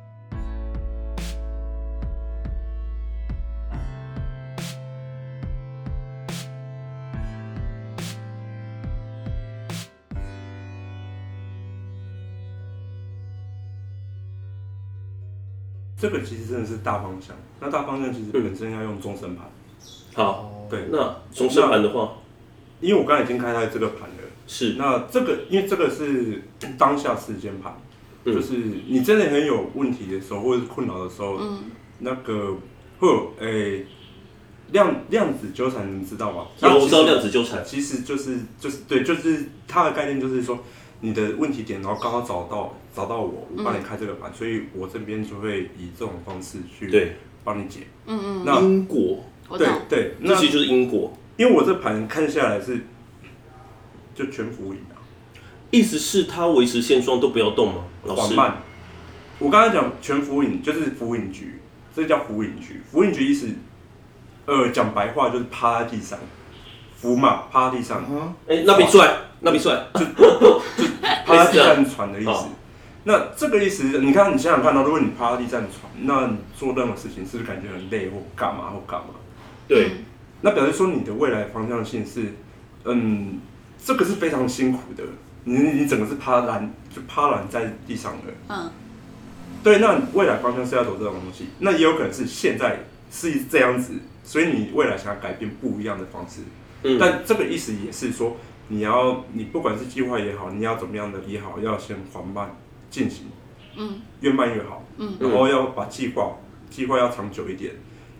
A: 这个其实真的是大方向，那大方向其实最本身要用终身盘，
B: 好。
E: 哦，
A: 对，
B: 那中生盘的话
A: 因为我刚才已经开开这个盘了。
B: 是
A: 那这个，因为这个是当下事件盘，
B: 嗯
A: 就是你真的很有问题的时候，或者是困扰的时候，
D: 嗯，
A: 那个会有诶、量量子纠缠，你们知道吗？
B: 有我知道
A: 其实
B: 量子纠缠，
A: 其实就是就是对，就是它的概念就是说，你的问题点，然后刚好找到找到我，我
D: 嗯
A: 帮你开这个盘，所以我这边就会以这种方式去
B: 对，
A: 帮你解。
D: 嗯嗯，
A: 那
B: 因果，
D: 我
A: 对
D: 懂。
A: 对，那
B: 这其实就是因果，
A: 因为我这盘看下来是就全浮盈啊，
B: 意思是它维持现状都不要动吗？老
A: 缓
B: 师，
A: 慢。我刚才讲全浮盈就是浮盈局，这叫浮盈局。浮盈局意思，呃，讲白话就是趴在地上，浮嘛，趴在地上
E: 嗯，哼，
B: 哎，那边帅，那边帅，
A: 趴在地上船的意思
B: 哦。
A: 那这个意思，你看，你想想看到，如果你趴在地上船，那你做任何事情是不是感觉很累或干嘛或干嘛？
B: 对，
D: 嗯
A: 那表示说你的未来方向性是，嗯，这个是非常辛苦的。你你整个是趴软，就趴软在地上的。
D: 嗯，
A: 对，那你未来方向是要走这种东西，那也有可能是现在是这样子，所以你未来想要改变不一样的方式。
B: 嗯，
A: 但这个意思也是说，你要你不管是计划也好，你要怎么样的也好，要先缓慢进行，
D: 嗯，
A: 越慢越好，
D: 嗯，
A: 然后要把计划计划要长久一点。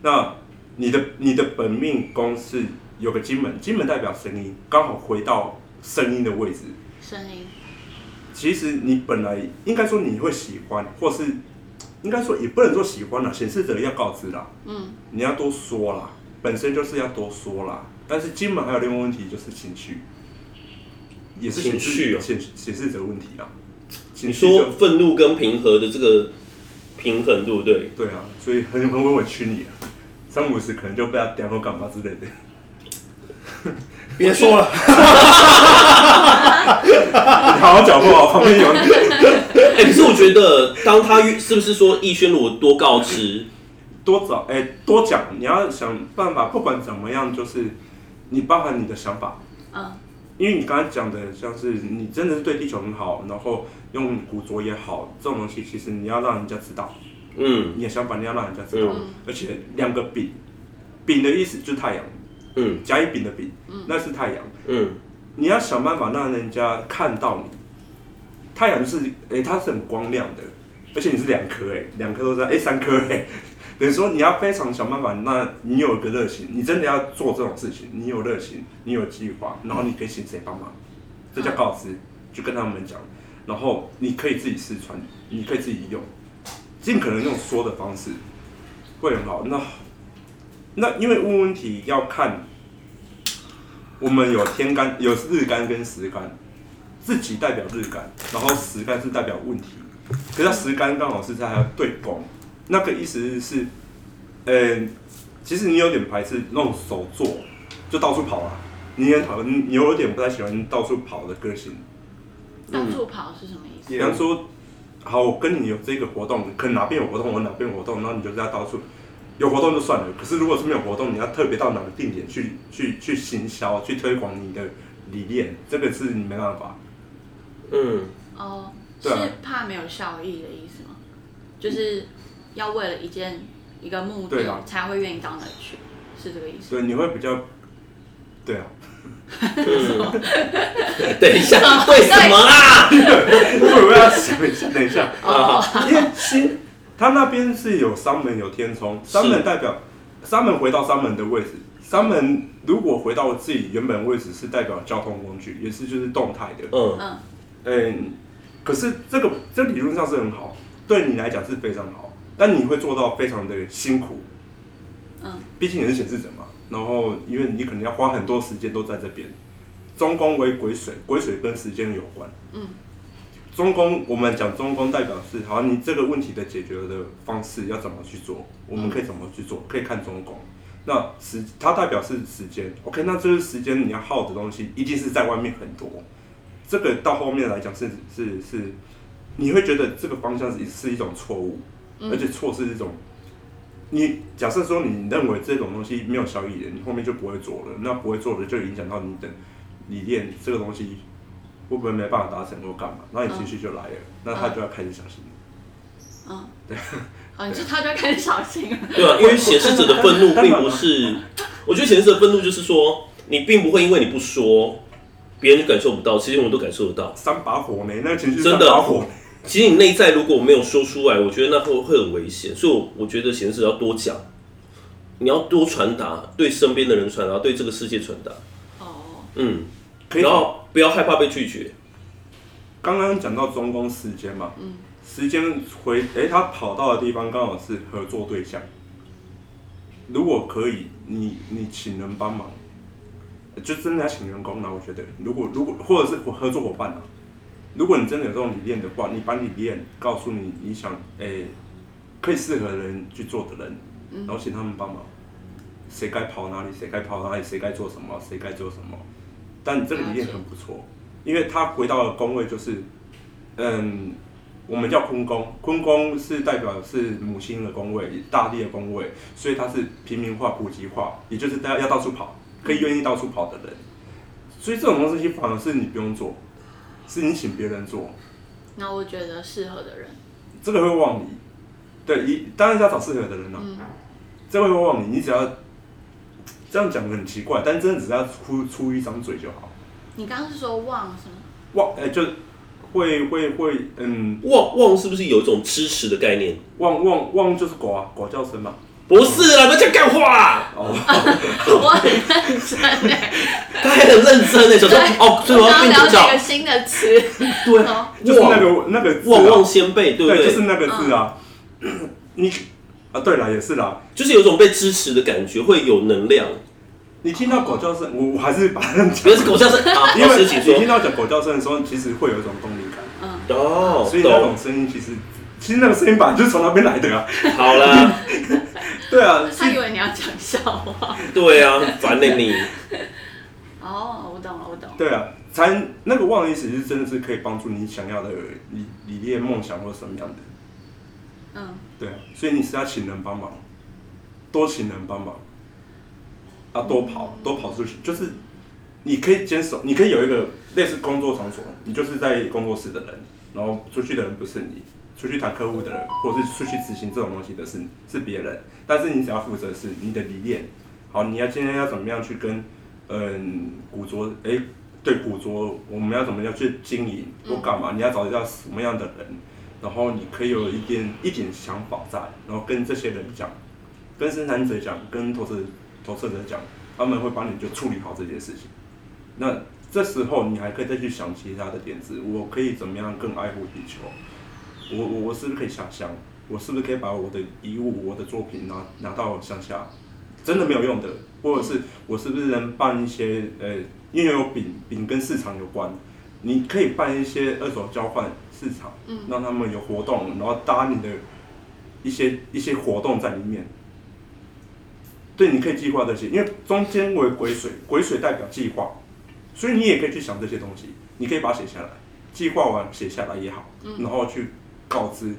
A: 那你的你的本命宫是有个金门，金门代表声音，刚好回到声音的位置。
D: 声音，
A: 其实你本来应该说你会喜欢，或是应该说也不能说喜欢啦，显示者要告知啦，
D: 嗯，
A: 你要多说啦，本身就是要多说啦。但是金门还有另外一个问题就是情绪，也是显示
B: 情绪哦
A: 显显示者问题啦。情
B: 你
A: 绪
B: 说
A: 就
B: 愤怒跟平和的这个平衡，对不 对？
A: 对啊，所以很很会委屈你啊，三五十可能就被他点或干嘛之类的。
C: 别说了，
A: 你好好讲话哦，旁边有人
B: 哎，可是我觉得，当他越是不是说逸轩如果多告知，
A: 多找哎、多讲，你要想办法，不管怎么样，就是你包含你的想法，
D: 嗯
A: 因为你刚才讲的，像是你真的是对地球很好，然后用古着也好，这种东西其实你要让人家知道，
B: 嗯
A: 你的想法你要让人家知道，
B: 嗯
A: 而且两个丙，丙的意思就是太阳，
B: 嗯
A: 甲乙丙的丙，那是太阳，
B: 嗯，
A: 你要想办法让人家看到你。太阳就是，诶、它是很光亮的，而且你是两颗，诶，两颗都在，诶、三颗，诶，等于说你要非常想办法，那你有一个热情，你真的要做这种事情，你有热情，你有计划，然后你可以请谁帮忙，这叫告知，就跟他们讲，然后你可以自己试穿，你可以自己用，尽可能用说的方式，会很好。那那因为问问题要看，我们有天干，有日干跟时干，自己代表日干，然后时干是代表问题，可是它时干刚好是在它对宫，那个意思是，呃，其实你有点排斥那种手作，就到处跑啊，你也讨厌，你有点不太喜欢到处跑的个性。
B: 嗯
D: 到处跑是什么意思？
A: 比方说，好，我跟你有这个活动，可能哪边有活动，我哪边有活动，然后你就这样到处有活动就算了。可是如果是没有活动，你要特别到哪个定点去去去行销、去推广你的理念，这个是你没办法。
B: 嗯，
D: 哦，是
A: 对啊
D: 怕没有效益的意思吗？就是要为了一件一个目
A: 对
D: 的
A: 啊
D: 才会愿意到那里去，是这个 意思吗？
A: 所以你会比较，对啊，
B: 等一下，
A: 哦
B: 为什么啊？
A: 我要想一下，等一下，
B: 啊，
D: 哦
A: 因为新他那边是有商门有天冲，商门代表商门回到商门的位置，商门如果回到自己原本位置是代表交通工具，也是就是动态的，
B: 嗯，
D: 嗯，
A: 嗯，可是这个这理论上是很好，对你来讲是非常好，但你会做到非常的辛苦。
D: 嗯，
A: 毕竟你是显示者嘛，然后因为你可能要花很多时间都在这边。中宫为癸水，癸水跟时间有关。
D: 嗯，
A: 中宫我们讲中宫代表是，好，你这个问题的解决的方式要怎么去做，我们可以怎么去做，可以看中宫。那时它代表是时间，OK，那这是时间你要耗的东西，一定是在外面很多。这个到后面来讲是是是，你会觉得这个方向是是一种错误，
D: 嗯
A: 而且错是一种，你假设说你认为这种东西没有效益的，你后面就不会做了，那不会做了就影响到你的理念，这个东西会不会没办法达成或干嘛？那你情绪就来了，那他就要开始小心。
D: 嗯，哦，你就他就开始小心 了。
B: 对啊，因为显示者的愤怒并不 是，我觉得显示者的愤怒就是说，你并不会因为你不说，别人就感受不到，其实我们都感受得到。
A: 三把火呢？那个情绪
B: 真
A: 三
B: 的
A: 把火，
B: 其实你内在如果没有说出来，我觉得那会会很危险，所以我我觉得显示要多讲，你要多传达，对身边的人传达，对这个世界传达，
D: 哦，
B: 嗯，
A: 可以
B: 然后不要害怕被拒绝，
A: 刚刚讲到中宫时间嘛，时间回诶，他跑到的地方刚好是合作对象。如果可以，你你请人帮忙，就真的要请员工啦。我觉得，如果如果或者是合作伙伴啊，如果你真的有这种理念的话，你把你理念告诉你你想诶、可以适合的人去做的人，然后请他们帮忙，谁该跑哪里，谁该跑哪里，谁该做什么，谁该做什么。但这个理念很不错，因为他回到了宫位就是，嗯，我们叫坤宫，坤宫是代表是母亲的宫位，大地的宫位，所以它是平民化、普及化，也就是大家要到处跑，可以愿意到处跑的人。所以这种东西反而是你不用做，是你请别人做，
D: 那我觉得适合的人，
A: 这个会忘你。对，一当然是要找适合的人啦、
D: 嗯
A: 这会忘你，你只要这样讲很奇怪，但真的只要出出一张嘴就好。
D: 你刚刚是说忘 什么？
A: 忘，哎、就会会会，嗯，
B: 旺旺是不是有一种支持的概念？
A: 忘忘忘就是狗啊，狗叫声嘛。哦
B: 不是啦，不要讲干话啊啦，
D: 我很认真哎，
B: 他还很认真呢，想说
D: 对
B: 哦，所以我
D: 我
B: 要
D: 刚
B: 变主
D: 了解一个
B: 角，
D: 新的词，
B: 对啊，
D: 哦
A: 就是那
B: 旺
A: 个那个字啊
B: 旺旺先辈，对不
A: 对，
B: 对？
A: 就是那个字啊。 你啊，对了，也是啦。
B: 就是有一种被支持的感觉，会有能 量。
A: 你听到狗叫声，我我还是把它讲，
B: 不要是狗叫声啊，
A: 因
B: 老
A: 为
B: 师请
A: 你听
B: 说。
A: 到讲狗叫声的时候，其实会有一种动力感，
D: 嗯，
B: 哦
A: 所以，那种
B: 懂，
A: 声音其实。其实那个声音本来就是从那边来的啊，
B: 好啦，
A: 对啊，
D: 他以为你要讲笑话。
B: 对啊，烦了你。
D: 哦，我懂了，我懂了。
A: 对啊，才那个望的意思是真的是可以帮助你想要的理理念、梦想或什么样的，
D: 嗯，
A: 对啊，所以你是要请人帮忙，多请人帮忙，啊，多跑，多跑出去，就是你可以坚守，你可以有一个类似工作场所，你就是在工作室的人，然后出去的人不是你，出去谈客户的人，或是出去执行这种东西的是是别人，但是你只要负责是你的理念，好，你要今天要怎么样去跟嗯古着哎。对古着，我们要怎么样去经营？我干嘛？你要找到什么样的人？然后你可以有一点一点想法在，然后跟这些人讲，跟生产者讲，跟投资投资者讲，他们会帮你就处理好这件事情。那这时候你还可以再去想其他的点子，我可以怎么样更爱护地球？我我我是不是可以下乡？我是不是可以把我的遗物、我的作品拿拿到乡下？真的没有用的，或者是我是不是能办一些呃，因为有饼饼跟市场有关，你可以办一些二手交换市场，
D: 嗯
A: 让他们有活动，然后搭你的一些一些活动在里面。对，你可以计划这些，因为中间为癸水，癸水代表计划，所以你也可以去想这些东西，你可以把它写下来，计划完写下来也好，然后去告知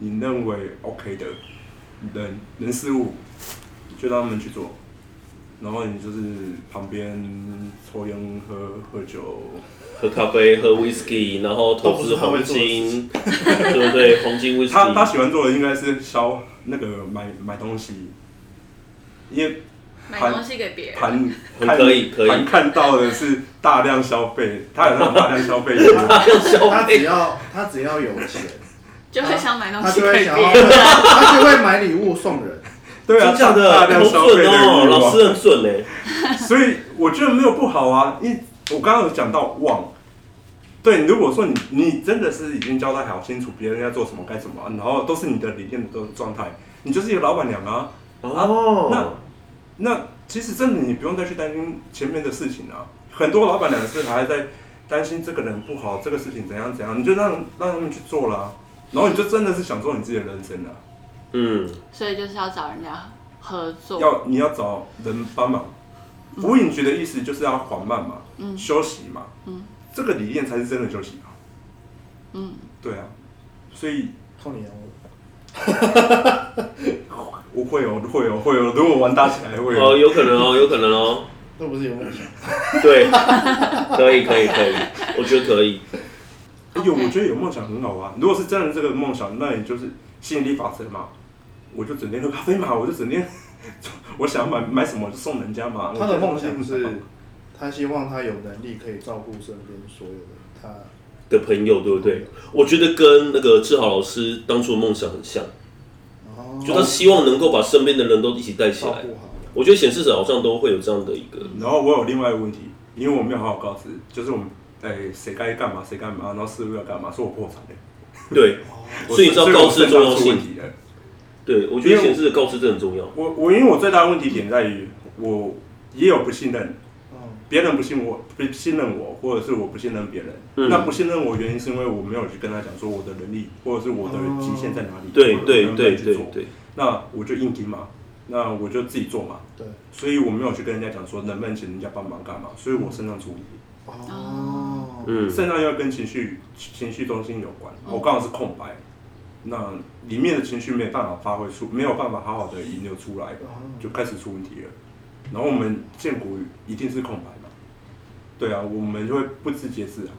A: 你认为 OK 的人人事物，就让他们去做。然后你就是旁边抽烟、喝喝酒，
B: 喝咖啡、喝 whisky，然后投资黄金，对不对？黄金 whisky，
A: 他他喜欢做的应该是消那个买买东西，因为
D: 买东西给别人，
A: 盘
B: 很
A: 看
B: 可以可以
A: 盘看到的是大量消费，他有那种大量消费欲，
C: 他
B: 消
C: 只
B: 费，
C: 要他只要有 钱，
D: 就会想买东
C: 他
D: 西
C: 就
D: 给
C: 会
D: 别
C: 想要，
D: 人。
C: 他就会买礼物送人。
A: 对啊，
B: 真假
A: 大
B: 的，
A: 大量
B: 好
A: 消费
B: 准
A: 的
B: 哦，
A: 欲
B: 老
A: 望。
B: 师很准哎，
A: 所以我觉得没有不好啊，因为我刚刚有讲到忘。对，如果说你你真的是已经交代好清楚别人要做什么该怎么，然后都是你的理念的状态，你就是一个老板娘啊。
B: 哦，
A: 那那其实真的你不用再去担心前面的事情啊。很多老板娘是还在担心这个人不好，这个事情怎样怎样，你就让让他们去做啦、然后你就真的是享受你自己的人生啊了、
B: 嗯，
D: 所以就是要找人家合作，
A: 要你要找人帮忙。无影局的意思就是要缓慢嘛，休息嘛，这个理念才是真的休息啊。
D: 嗯，
A: 对啊，所以
C: 靠你啊！我
A: 我会有会有会哦有，如果玩大起来会
B: 哦，
A: 有。
B: 有可能哦，有可能哦，
C: 那不是有梦想？
B: 对， 可以可以可以，我觉得可以，
A: 哎呦，我觉得有梦想很好啊玩。如果是真的这个梦想，那你就是吸引力法则嘛。我就整天喝咖啡嘛，我 就整天我想买买什么就送人家嘛。
C: 他的梦想
A: 我觉得这个很
C: 是
A: 棒，
C: 他希望他有能力可以照顾身边所有人。他
B: 的朋友对不对？我觉得跟那个志豪老师当初的梦想很像，
C: 哦，
B: 就他希望能够把身边的人都一起带起
C: 照
A: 哦
B: 来。
C: 顾好了。
B: 我觉得显示者好像都会有这样的一个，
A: 然后我有另外一个问题，因为我没有好好告知，就是我们哎谁该干嘛谁干嘛，然后事务要干嘛，是我破产的。
B: 对，
A: 我
B: 所以你知道
A: 哦我
B: 告知的重要
A: 身上出问
B: 性。
A: 题了。
B: 对，我觉得显示的告知这很重要。
A: 我我因为我最大的问题点在于，我也有不信任，
C: 嗯，
A: 别人不信我，不信任我，或者是我不信任别人。
B: 嗯
A: 那不信任我的原因是因为我没有去跟他讲说我的能力或者是我的极限在哪里。
B: 对
A: 我
B: 对
A: 能不能
B: 对
A: 去
B: 对
A: 做
B: 对，
A: 那我就硬拼嘛，那我就自己做嘛。
C: 对。
A: 所以我没有去跟人家讲说能不能请人家帮忙干嘛，所以我身上出问题，
C: 嗯哦，
B: 嗯，
A: 身上要跟情绪情绪中心有关，我刚好是空白，那里面的情绪没有办法发挥出，没有办法好好的引流出来，就开始出问题了。然后我们建国一定是空白嘛，对啊，我们就会不知节制啊。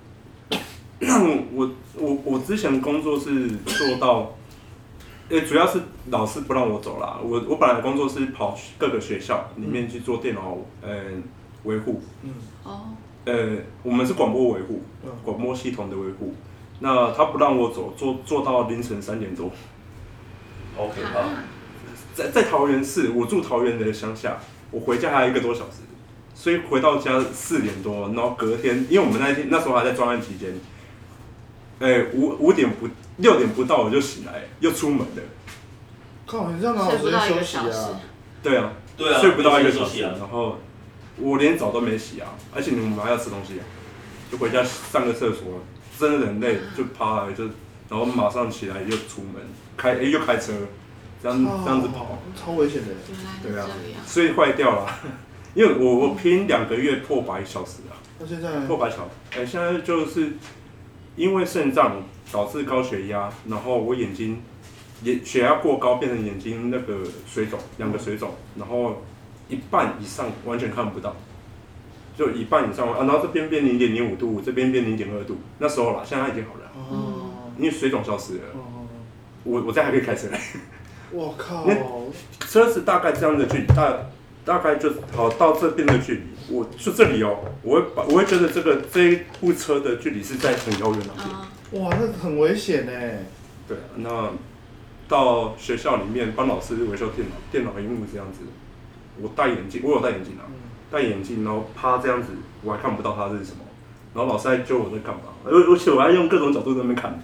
A: 那我我我我之前工作是做到，呃，主要是老师不让我走啦。我我本来工作是跑各个学校里面去做电脑呃维护，
C: 嗯，
D: 哦，
A: 呃，我们是广播维护
C: 嗯，
A: 广播系统的维护。那他不让我走，做做到凌晨三点钟，
B: 好可
D: 啊，
A: 在在桃园市，我住桃园的乡下，我回家还有一个多小时，所以回到家四点多，然后隔天，因为我们那天那时候还在专案期间，哎、五五点不六点不到我就醒来，又出门了，
C: 靠，你这样哪
D: 睡
C: 有
D: 不
C: 时间
D: 到一
C: 休
D: 个
C: 息
D: 小时
C: 啊？，
A: 对啊，
B: 对啊
A: 睡不到一个小
B: 没休
A: 时，
B: 息啊
A: 然后我连澡都没洗啊，而且你们还要吃东西、啊，就回家上个厕所，真的很累，就趴了就，然后马上起来又出门，开、哎又开车，这样这嗯样子跑。
C: 哦，超危险的。
D: 原来是
A: 对啊
D: 这样，
A: 所以坏掉了。 因为我我拼两个月破百小时啊，
C: 那现在哦
A: 破百小时，哎、现在就是因为肾脏导致高血压，然后我眼睛眼血压过高，变成眼睛那个水肿，两个水肿，然后一半以上完全看不到，就一半以上啊，然后这边变零点零五度，这边变零点二度，那时候啦，现在已经好了啊，
C: 哦，
A: 因为水肿消失了，
C: 哦，
A: 我我这样还可以开车。
C: 我靠，
A: 车子大概这样的距离，大大概就好到这边的距离，我就这里哦，我会把我会觉得这个这一部车的距离是在很遥远的边。
D: 啊，
C: 哇，那很危险呢。
A: 对啊，那到学校里面帮老师维修电脑，电脑荧幕这样子，我戴眼镜，我有戴眼镜啊，戴眼镜，然后趴这样子，我还看不到他是什么，然后老师还揪我在干嘛，而而且我还用各种角度在那边看，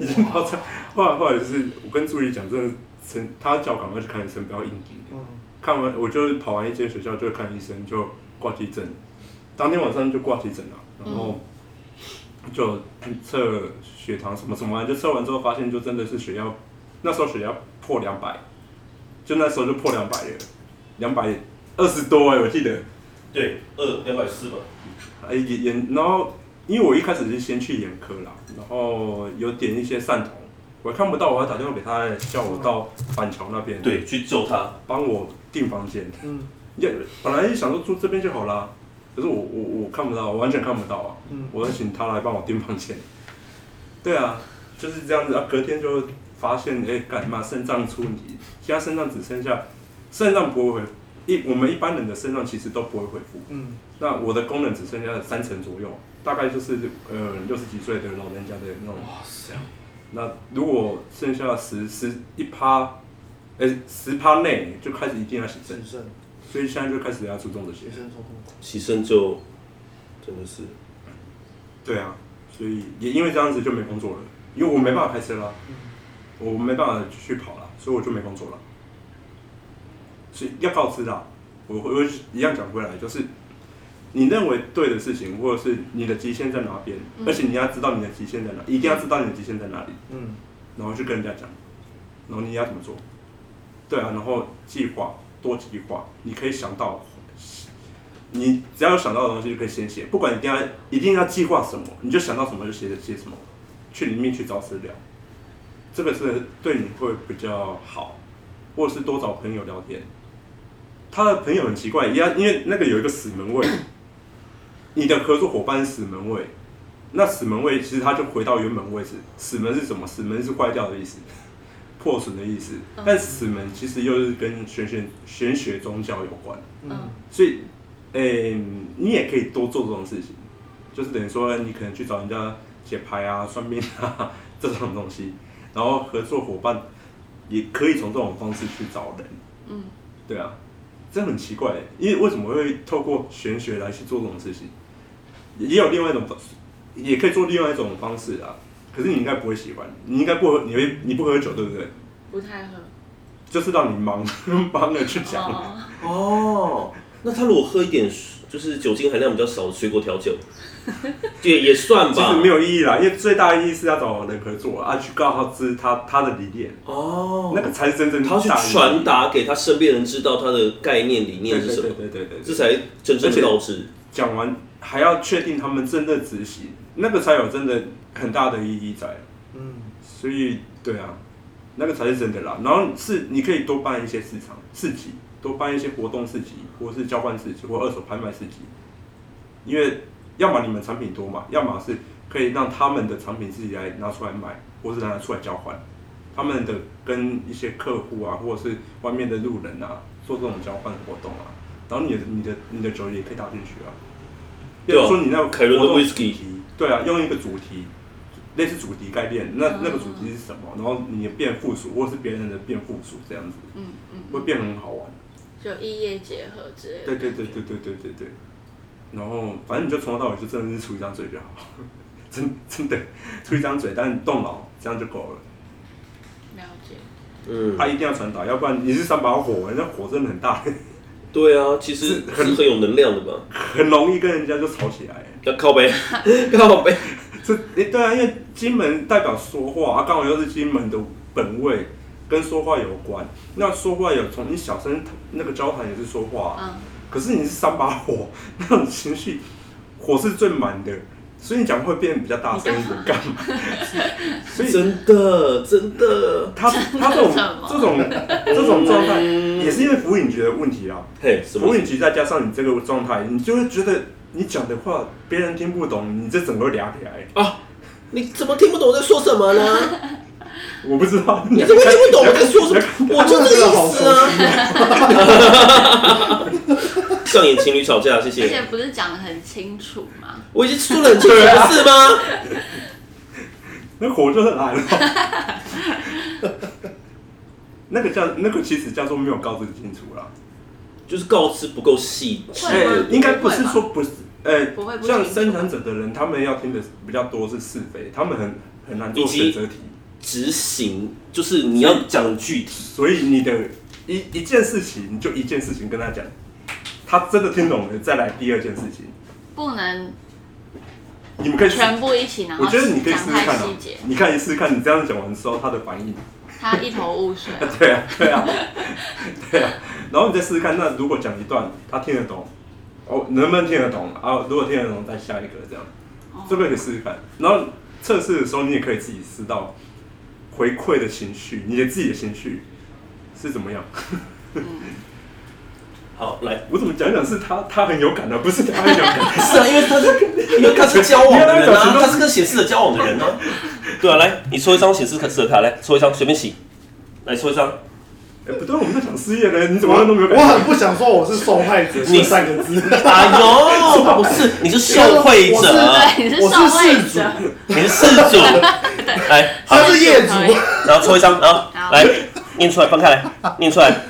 A: 已经到这，后来后来就是我跟助理讲，真的生，他叫我赶快去看医生，不要硬顶。
C: 嗯，
A: 看完我就是跑完一间学校就看医生，就挂急诊，当天晚上就挂急诊了，然后就测血糖什么什么完，就测完之后发现就真的是血压，那时候血压破两百，就那时候就破两百了，两百二十多哎、我记得，啊
B: 对，二两百四吧，
A: 哎也也，然后因为我一开始是先去眼科啦，然后有点一些散瞳，我看不到，我还打电话给他叫我到板桥那边，，
B: 对，去救他，
A: 帮我订房间。
C: 嗯
A: 也本来想说住这边就好啦，可是我我我看不到，我完全看不到啊，
C: 嗯，
A: 我要请他来帮我订房间。对啊，就是这样子啊，隔天就发现哎，干嘛肾脏出题，现在肾脏只剩下肾脏不会恢复，一我们一般人的肾脏其实都不会恢复，
C: 嗯
A: 那我的功能只剩下三成左右，大概就是呃六十几岁的老人家的那种。
B: 哇塞，
A: 那如果剩下十十一趴，哎十趴内就开始一定要洗肾
C: 谨，慎，
A: 所以现在就开始要注重这些
C: 谨。慎受痛苦。
B: 牺牲就真的是
A: 对啊，所以也因为这样子就没工作了，因为我没办法开车啦，我没办法去跑了，所以我就没工作了。所以要告知啦，我会我会一样讲回来，就是你认为对的事情，或者是你的极限在哪边，
D: 嗯
A: 而且你要知道你的极限在哪，一定要知道你的极限在哪里，
C: 嗯，
A: 然后去跟人家讲，然后你要怎么做。对啊，然后计划多计划，你可以想到，你只要有想到的东西就可以先写，不管一定要一定要计划什么，你就想到什么就写写什么，去里面去找资料，这个是对你会比较好，或者是多找朋友聊天。他的朋友很奇怪，也要因为那个有一个死门位，你的合作伙伴是死门位，那死门位其实它就回到原本位置。死门是什么？死门是坏掉的意思，破损的意思
D: 嗯。
A: 但死门其实又是跟玄学、玄学、宗教有关，
D: 嗯，
A: 所以，诶、你也可以多做这种事情，就是等于说你可能去找人家解牌啊、 算命啊这种东西，然后合作伙伴也可以从这种方式去找人。
D: 嗯，
A: 对啊，这很奇怪，因为为什么会透过玄学来去做这种事情？也有另外一种方，也可以做另外一种方式啊。可是你应该不会喜欢，你应该不喝，你会你不喝酒对不对？
D: 不太合。
A: 就是让你忙 忙了去讲，
D: 哦，
B: 哦。那他如果喝一点就是酒精含量比较少的水果调酒，也也算
A: 其
B: 吧
A: 实没。有意义啦。因为最大的意义是要找人合作啊，去告知他他的理念，
B: 哦，
A: 那个才是真正
B: 他要去
A: 大意义
B: 传达给他身边人知道他的概念理念
A: 对
B: 是
A: 对
B: 什
A: 对
B: 么，
A: 对对对，
B: 这才真正的告知。
A: 讲完还要确定他们真的执行，那个才有真的很大的意义在。
C: 嗯，
A: 所以对啊，那个才是真的啦。然后是你可以多办一些市场市集，多办一些活动市集，或是交换市集，或二手拍卖市集，因为要么你们产品多嘛，要么是可以让他们的产品自己来拿出来卖，或是拿出来交换。他们的跟一些客户啊，或者是外面的路人啊，做这种交换活动啊，然后你的你的你的酒也可以搭进去啊。比
B: 对啊
A: 如说你那个
B: 凯伦的
A: 活动
B: whisky
A: 主题对啊，用一个主题，类似主题概念，那那个主题是什么？然后你的变附属，或是别人的变附属，这样子
D: 嗯嗯，
A: 会变得很好玩。
D: 就异业结合之类的。
A: 对对对对对对对对。然后反正你就从头到尾就真的是出一张嘴就好， 真真的出一张嘴，但动脑这样就够了。
D: 了解。
B: 嗯
A: 他，一定要传达，要不然你是三把火，那火真的很大，
B: 对啊，其实是很有能量的吧？
A: 很容易跟人家就吵起来。
B: 要靠背，靠背。
A: 这诶对啊，因为金门代表说话，啊，刚好又是金门的本位，跟说话有关。那说话有从你小声那个交谈也是说话啊、
D: 嗯，
A: 可是你是三把火，那种情绪火是最满的，所以你讲话会变得比较大声一点，干嘛？所以
B: 真的，真的，
A: 他他这种这种这种状态，也是因为浮影局的问题啊。
B: 嘿，什么
A: 浮？影局再加上你这个状态，你就会觉得你讲的话别人听不懂，你这整个俩起来。
B: 你怎么听不懂我在说什 么呢？
A: 我不知道，
B: 你怎么听不懂我在说什么？我就这个意思啊。
A: 啊
B: 上演情侣吵架，谢
D: 而
B: 谢。
D: 且不是讲的很清楚吗？
B: 我已经说了很清楚，不是吗？
A: 那火就是来了。 那个叫那个其实叫做没有告知清楚啦，
B: 就是告知不够细致。
D: 会吗
A: 呃应该不是说不是，呃
D: 不会，不
A: 像
D: 清楚
A: 生产者的人，他们要听的比较多是是非，他们很很难做
B: 以及
A: 选择题，
B: 执行，就是你要讲具体。
A: 所以你的一一件事情，你就一件事情跟他讲，他真的听懂了，再来第二件事情，
D: 不能
A: 你们可以试，
D: 全部一起，然后
A: 我觉得你可以
D: 讲
A: 试试看
D: 太
A: 啊
D: 细节，，
A: 你看你试试看，你这样讲完之后他的反应，
D: 他一头雾水。
A: 对啊，对啊，对啊。然后你再试试看，那如果讲一段他听得懂，哦，能不能听得懂？啊，如果听得懂，再下一个这样。这个可以试试看。然后测试的时候，你也可以自己知道回馈的情绪，你的自己的情绪是怎么样。
B: 好，来，
A: 我怎么讲讲是他，他很有感啊的、不是他很有感。
B: 是啊，因为他是，因为他是交往的人
A: 你要讲
B: 啊
A: 什，么
B: 他是跟显示的交往的人啊。对啊，来，你抽一张显示可示的卡，来抽一张，随便洗，来抽一张。
A: 哎、不对，我们在讲失业嘞，你怎么
C: 我
A: 会那么有感
C: 我很不想说我是受害者
B: 你
C: 这三个 字，
B: 哎呦， 不是，你是受贿
C: 我是
B: 者，啊
D: 对，你是
C: 我
D: 受
C: 是
D: 害
C: 事主
D: 者，
B: 你是事主。来，
C: 他是业主，
B: 然后抽一张，然后
D: 好
B: 来念出来，翻开来，念出来。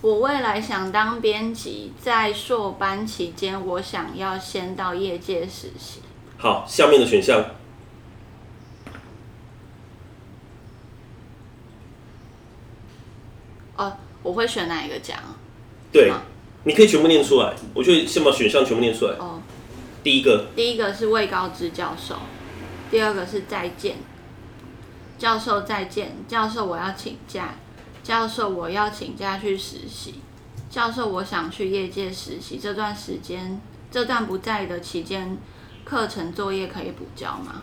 D: 我未来想当编辑，在硕班期间，我想要先到业界实习。
B: 好，下面的选项，
D: 哦，我会选哪一个奖？
B: 对
D: 好，
B: 你可以全部念出来。我就先把选项全部念出来。
D: 哦，
B: 第一个，
D: 第一个是未告知教授，第二个是再见，教授再见，教授我要请假，教授我要请假去实习，教授我想去业界实习，这段时间这段不在的期间，课程作业可以补交吗？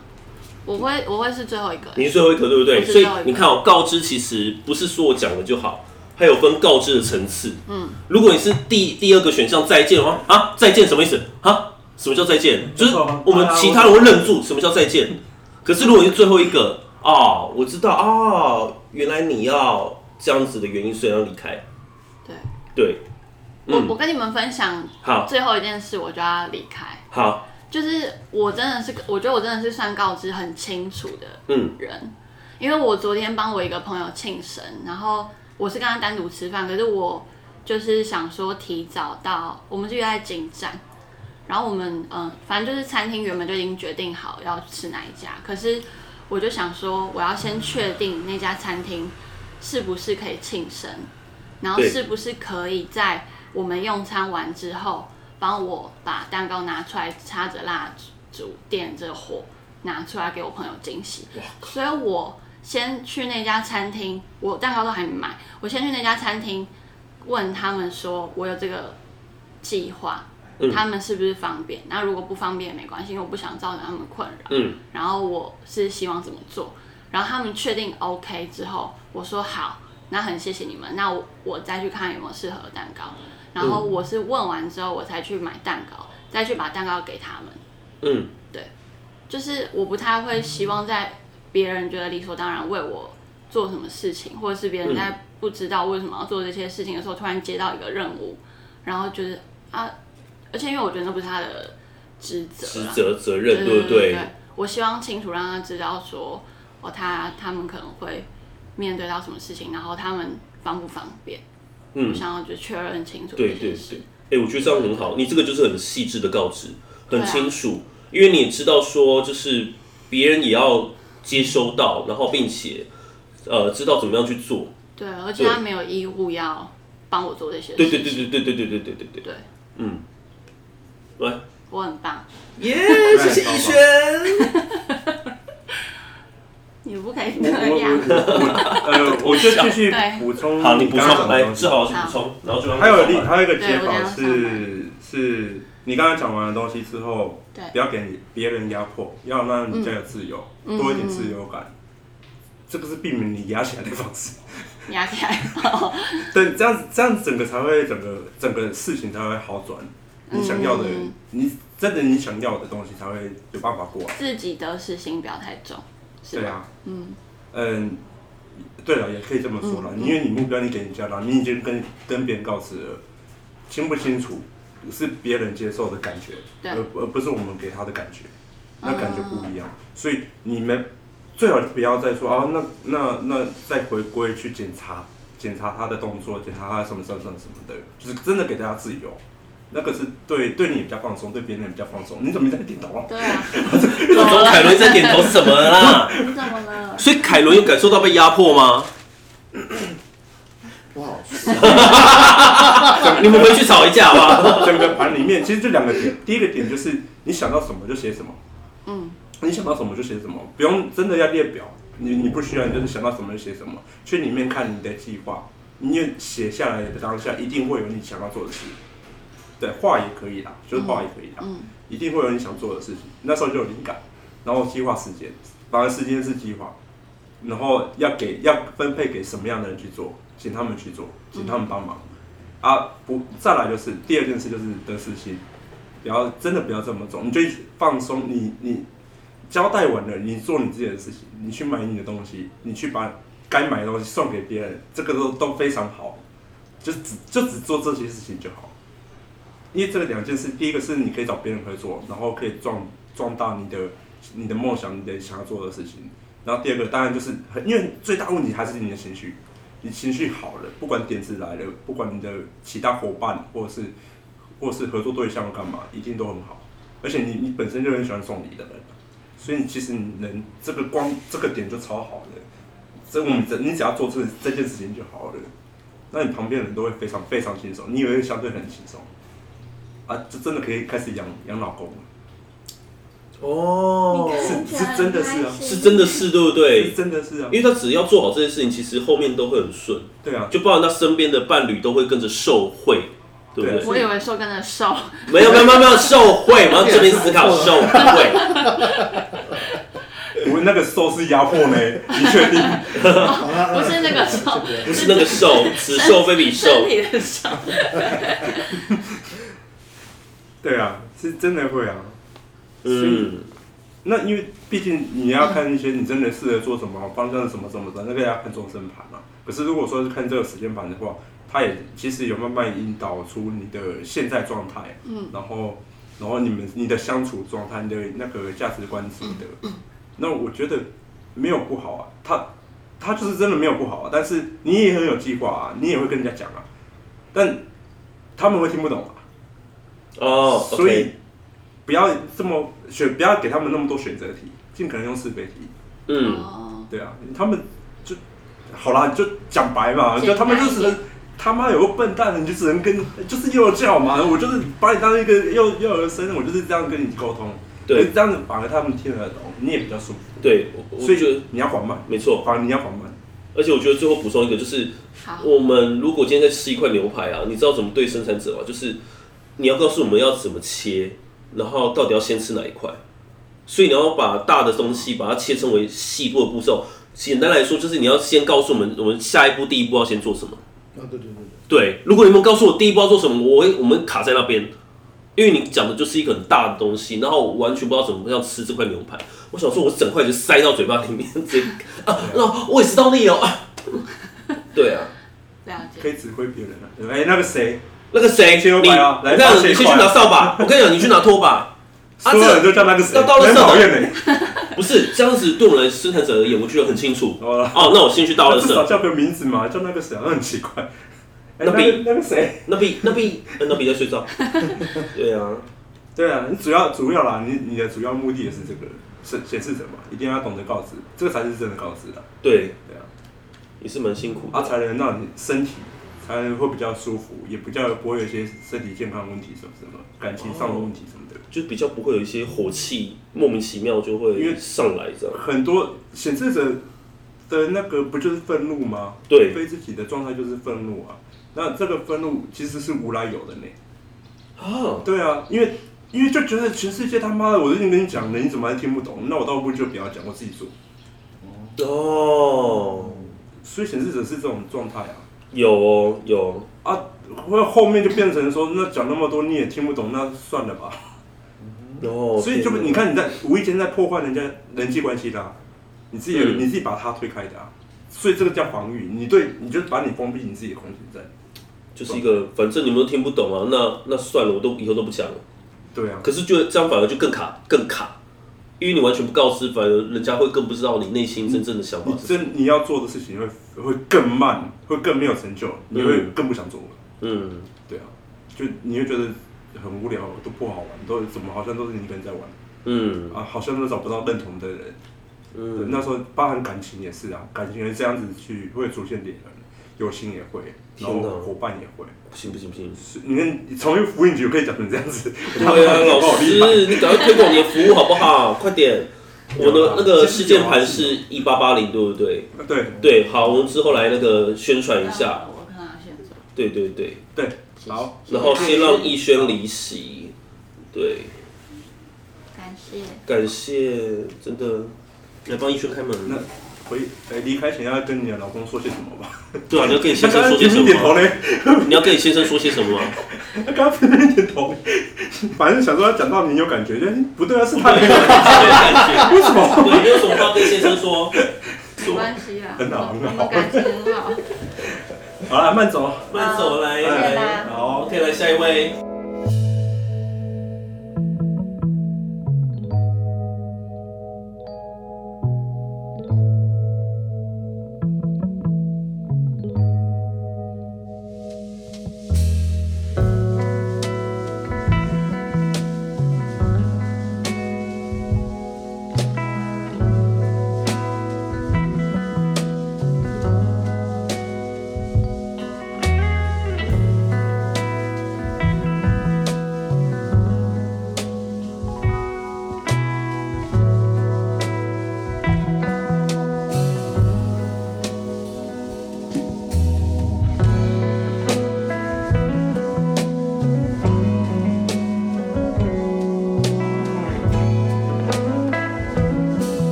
D: 我会我会是最后一个、
B: 你是最后一个，对不对？
D: 我知道
B: 所以你看哦，告知其实不是说我讲了就好，还有分告知的层次。嗯，如果你是第第二个选项再见的话，啊，再见什么意思？啊，什么叫再见？就是我们其嗯他人会愣住，什么叫再见？可是如果你是最后一个，哦，我知道哦，原来你要这样子的原因，所以要离开。
D: 对，
B: 对，
D: 我
B: 嗯
D: 我跟你们分享
B: 好，
D: 最后一件事，我就要离开。
B: 好，
D: 就是我真的是，我觉得我真的是算告知很清楚的
B: 嗯。
D: 人，因为我昨天帮我一个朋友庆生，然后我是跟他单独吃饭，可是我就是想说提早到，我们是约在景站，然后我们嗯、呃反正就是餐厅原本就已经决定好要吃哪一家，可是我就想说我要先确定那家餐厅是不是可以庆生，然后
B: 对
D: 是不是可以在我们用餐完之后帮我把蛋糕拿出来，插着蜡烛，点着火。拿出来给我朋友惊喜，所以我先去那家餐厅，我蛋糕都还没买，我先去那家餐厅问他们说，我有这个计划，
B: 嗯
D: 他们是不是方便？那如果不方便也没关系，因为我不想造成他们困扰。
B: 嗯，
D: 然后我是希望怎么做，然后他们确定 OK 之后，我说好，那很谢谢你们，那我我再去看有没有适合的蛋糕。然后我是问完之后，我才去买蛋糕，再去把蛋糕给他们。
B: 嗯，
D: 就是我不太会希望在别人觉得理所当然为我做什么事情，或者是别人在不知道为什么要做这些事情的时候，突然接到一个任务，然后就是啊，而且因为我觉得那不是他的职责
B: 职
D: 啦，
B: 责责任，对
D: 对
B: 不
D: 对
B: 对？。
D: 我希望清楚让他知道说，哦，他他们可能会面对到什么事情，然后他们方不方便，
B: 嗯
D: 我想要就确认清楚这
B: 对
D: 些
B: 对
D: 事
B: 对，哎、我觉得这样很好，你这个就是很细致的告知，
D: 对
B: 很
D: 啊
B: 清楚，因为你也知道说，就是别人也要接收到，然后并且呃知道怎么样去做。
D: 对，而且他没有义务要帮我做这些事
B: 对
D: 情，
B: 对对对对对对对对对对，
D: 对
B: 嗯，来，
D: 我很棒，
B: 耶、
A: 谢谢逸轩
D: 你不可以
A: 我
D: 这样。
A: 我呃，我就继续
D: 对
A: 补充。
B: 好，你补
A: 刚刚
B: 充，
A: 讲的
B: 来，
A: 东西
B: 志豪老师补充，啊然后就让他
A: 还有
B: 讲
A: 另
B: 完
A: 还有一个
D: 对
A: 解
D: 我等
A: 法
D: 下上
A: 是是，你刚刚讲完的东西之后，
D: 对
A: 不要给别人压迫，要让你家有自由，
D: 嗯
A: 多一点自由感。这个是避免你压起来的方式，
D: 压起来，哦
A: 对，这样子这样子整个才会整个整个事情才会好转，你想要的，
D: 嗯
A: 你真的你想要的东西才会有办法过来。
D: 自己得失心不要太重，是
A: 对
D: 吧？
A: 啊，
D: 嗯，
A: 嗯，对了，也可以这么说了，因为你目标你给人家了，你已经跟跟别人告知了，清不清楚是别人接受的感觉，
D: 对嗯
A: 而而不是我们给他的感觉，那感觉不一样，所以你们最好就不要再说啊，那那那再回归去检查检查他的动作，检查他什么什么什么什么的，就是真的给大家自由。那个是对对你比较放松，对别人也比较放松。你怎么一直在点头啊？
D: 对啊，
B: 那种凯伦在点头是什么啦？
D: 你怎么了？
B: 所以凯伦有感受到被压迫吗？
C: 不好说。
B: 你们回去吵一架吧。
A: 整个盘里面其实就两个点，第一个点就是你想到什么就写什么，
D: 嗯，
A: 你想到什么就写什么，不用真的要列表，你你不需要，你就是想到什么就写什么，去里面看你的计划，你也写下来的当下一定会有你想要做的事。对，画也可以啦，就是画也可以啦，
D: 嗯，
A: 一定会有你想做的事情。那时候就有灵感，然后计划时间，反而时间是计划，然后要给要分配给什么样的人去做，请他们去做，请他们帮忙。
D: 嗯
A: 啊，不，再来就是第二件事就是得失心，不要真的不要这么重，你就放松，你你交代完了，你做你自己的事情，你去买你的东西，你去把该买的东西送给别人，这个都都非常好，就只就只做这些事情就好。因为这两件事，第一个是你可以找别人合作，然后可以壮壮大你的你的梦想，你的想要做的事情。然后第二个当然就是很，因为最大问题还是你的情绪，你情绪好了，不管点子来了，不管你的其他伙伴或者是或者是合作对象干嘛，一定都很好。而且你你本身就很喜欢送礼的人，所以你其实你能这个光这个点就超好的。这我们只
B: 嗯
A: 你只要做这这件事情就好了，那你旁边的人都会非常非常轻松，你也会相对很轻松。啊，这真的可以开始养养老公了，
B: 哦，
D: 你看
A: 是是真的是啊
B: 是真的是对不
A: 是？
B: 对
A: 真的是啊，
B: 因为他只要做好这件事情，其实后面都会很顺，
A: 对啊，
B: 就包含他身边的伴侣都会跟着受惠，对不对
A: 对？
D: 我以为说跟着瘦，
B: 没有没有没有没有受贿，我要这边思考受贿，
A: 我那个收是压迫呢，你确定？
C: 好啦
D: 不是那个瘦，
B: 不是那个受，此受非彼受
D: 身。体的瘦。
A: 对啊，是真的会啊。
B: 嗯，
A: 那因为毕竟你要看一些你真的适合做什么方向什么什么的，那个要看终身盘嘛。可是如果说是看这个时间盘的话，它也其实有慢慢引导出你的现在状态，嗯，然后然后你们你的相处状态、你的那个价值观什么的，那我觉得没有不好啊，它它就是真的没有不好啊，但是你也很有计划啊，你也会跟人家讲啊，但他们会听不懂啊，
B: 哦，
A: 所以不要这么选，不要给他们那么多选择题，尽可能用是非题。
B: 嗯，
D: 哦，
A: 对啊，他们就好啦，就讲白嘛，
D: 简单
A: 就他们就只
D: 一
A: 能他妈有个笨蛋，你就只能跟就是幼教嘛，我就是把你当一个幼幼儿生，我就是这样跟你沟通。
B: 对
A: 这样子反而他们听得懂，你也比较舒服。
B: 对，我我
A: 所
B: 觉得
A: 以你要缓慢，
B: 没错。
A: 反而你要缓慢。
B: 而且我觉得最后补充一个，就是
D: 好，
B: 我们如果今天在吃一块牛排啊，你知道怎么对生产者吗？就是你要告诉我们要怎么切，然后到底要先吃哪一块。所以你要把大的东西把它切成为细部的步骤。简单来说，就是你要先告诉我们，我们下一步第一步要先做什么。
C: 啊，对对对对，
B: 对，如果你们告诉我第一步要做什么，我会我们卡在那边，因为你讲的就是一个很大的东西，然后我完全不知道怎么样吃这块牛排。我想说，我整块就塞到嘴巴里面，直接啊，那胃食道逆流啊。 对啊，
D: 了
A: 可
D: 解。
A: 以指挥别人啊！对吧哎、那个谁，
B: 那个谁，你
A: 切牛
B: 你
A: 排啊来
B: 这样子，
A: 切
B: 你
A: 一
B: 先
A: 块
B: 去
A: 啊
B: 拿扫 把。我跟你讲，你去拿拖把。啊，
A: 所有人
B: 这
A: 就叫那个谁，
B: 要到了
A: 很
B: 社
A: 讨
B: 长
A: 厌的。
B: 不是这样子，对我们生产者而言，我觉得很清楚。
A: 好了，
B: 哦，那我先去倒垃
A: 至少
B: 圾。
A: 叫个名字嘛，叫那个谁，那很奇怪。哎、
B: 那
A: 那
B: 比
A: 个那个谁，
B: 那比那比呃那比在睡 觉。对啊，
A: 对啊，你主要主要啦，你你的主要目的也是这个显显示者嘛，一定要懂得告知，这个才是真的告知的，
B: 对
A: 对啊，
B: 也是蛮辛苦
A: 啊
B: 的。
A: 才能让你身体才能会比较舒服，也比较不会有一些身体健康问题什么什么，感情上的问题什么的。
B: 就比较不会有一些火气莫名其妙就会上来这样。
A: 很多显示者的那个不就是愤怒吗？
B: 对
A: 非自己的状态就是愤怒啊，那这个愤怒其实是无来由的呢。
B: 啊，
A: 对啊，因为因为就觉得全世界他妈的，我都已经跟你讲了，你怎么还听不懂？那我倒不如就不要讲，我自己做。
B: 哦，
A: 所以显示者是这种状态啊。
B: 有哦有，
A: 啊，会后面就变成说，那讲那么多你也听不懂，那算了吧。
B: 哦，
A: 所以就
B: 天哪
A: 你，看你在无意间在破坏人家人际关系的、啊，你自己有、
B: 嗯
A: 你自己把他推开的、啊，所以这个叫防御。你对，你就是把你封闭你自己的空间在。
B: 就是一个反正你们都听不懂啊，那那算了，我都以后都不讲了。
A: 对啊，
B: 可是就这样反而就更卡更卡，因为你完全不告知，反而人家会更不知道你内心真正的想法
A: 你
B: 是什么。
A: 真你要做的事情会会更慢，会更没有成就，你会更不想做了。
B: 嗯，
A: 对啊，就你会觉得很无聊，都不好玩，都怎么好像都是你一个人在玩
B: 嗯
A: 啊，好像都找不到认同的人。对
B: 嗯，
A: 那时候包含感情也是啊，感情也这样子去会出现裂痕，友情也会，然
B: 天
A: 后
B: 哪
A: 伙伴也会。
B: 不行不行不行，
A: 是你看，从一个福音局可以讲成这样子，
B: 对啊，
A: 我
B: 老
A: 好厉害
B: 师，你赶快推广你的服务好不好？快点，我
A: 有
B: 的
A: 啊
B: 那个
A: 这
B: 事
A: 是
B: 件
A: 有啊
B: 盘是一八八零，对不对？
A: 对嗯
B: 对，好，我们之后来那个宣传一下。
D: 我看到现在
B: 对对对，
A: 对，
D: 谢谢，
A: 好，
B: 然后先让逸轩离席，对，
D: 感谢。
B: 感谢真的来帮逸轩开门
A: 那。回哎离开前要跟你的老公说些什么吧？
B: 对啊，你要跟你
A: 他
B: 先
A: 刚刚
B: 生说些
A: 拼
B: 什
A: 命点头
B: 么？
A: 嘞，
B: 你要跟你先生说些什么啊吗？
A: 他刚刚拼命点头， 反正想说要讲到你有感觉，但不对啊，是他
B: 对，感觉
A: 为什么？
B: 对，你有什么话跟先生说？
D: 没关系啊啦，
A: 很好
D: 我
A: 很
D: 们
A: 好
D: 我们感情很好。
A: 好了，慢走。
B: 慢走，来
D: 谢谢大
B: 来，
D: 家
B: 好，OK，来下一位。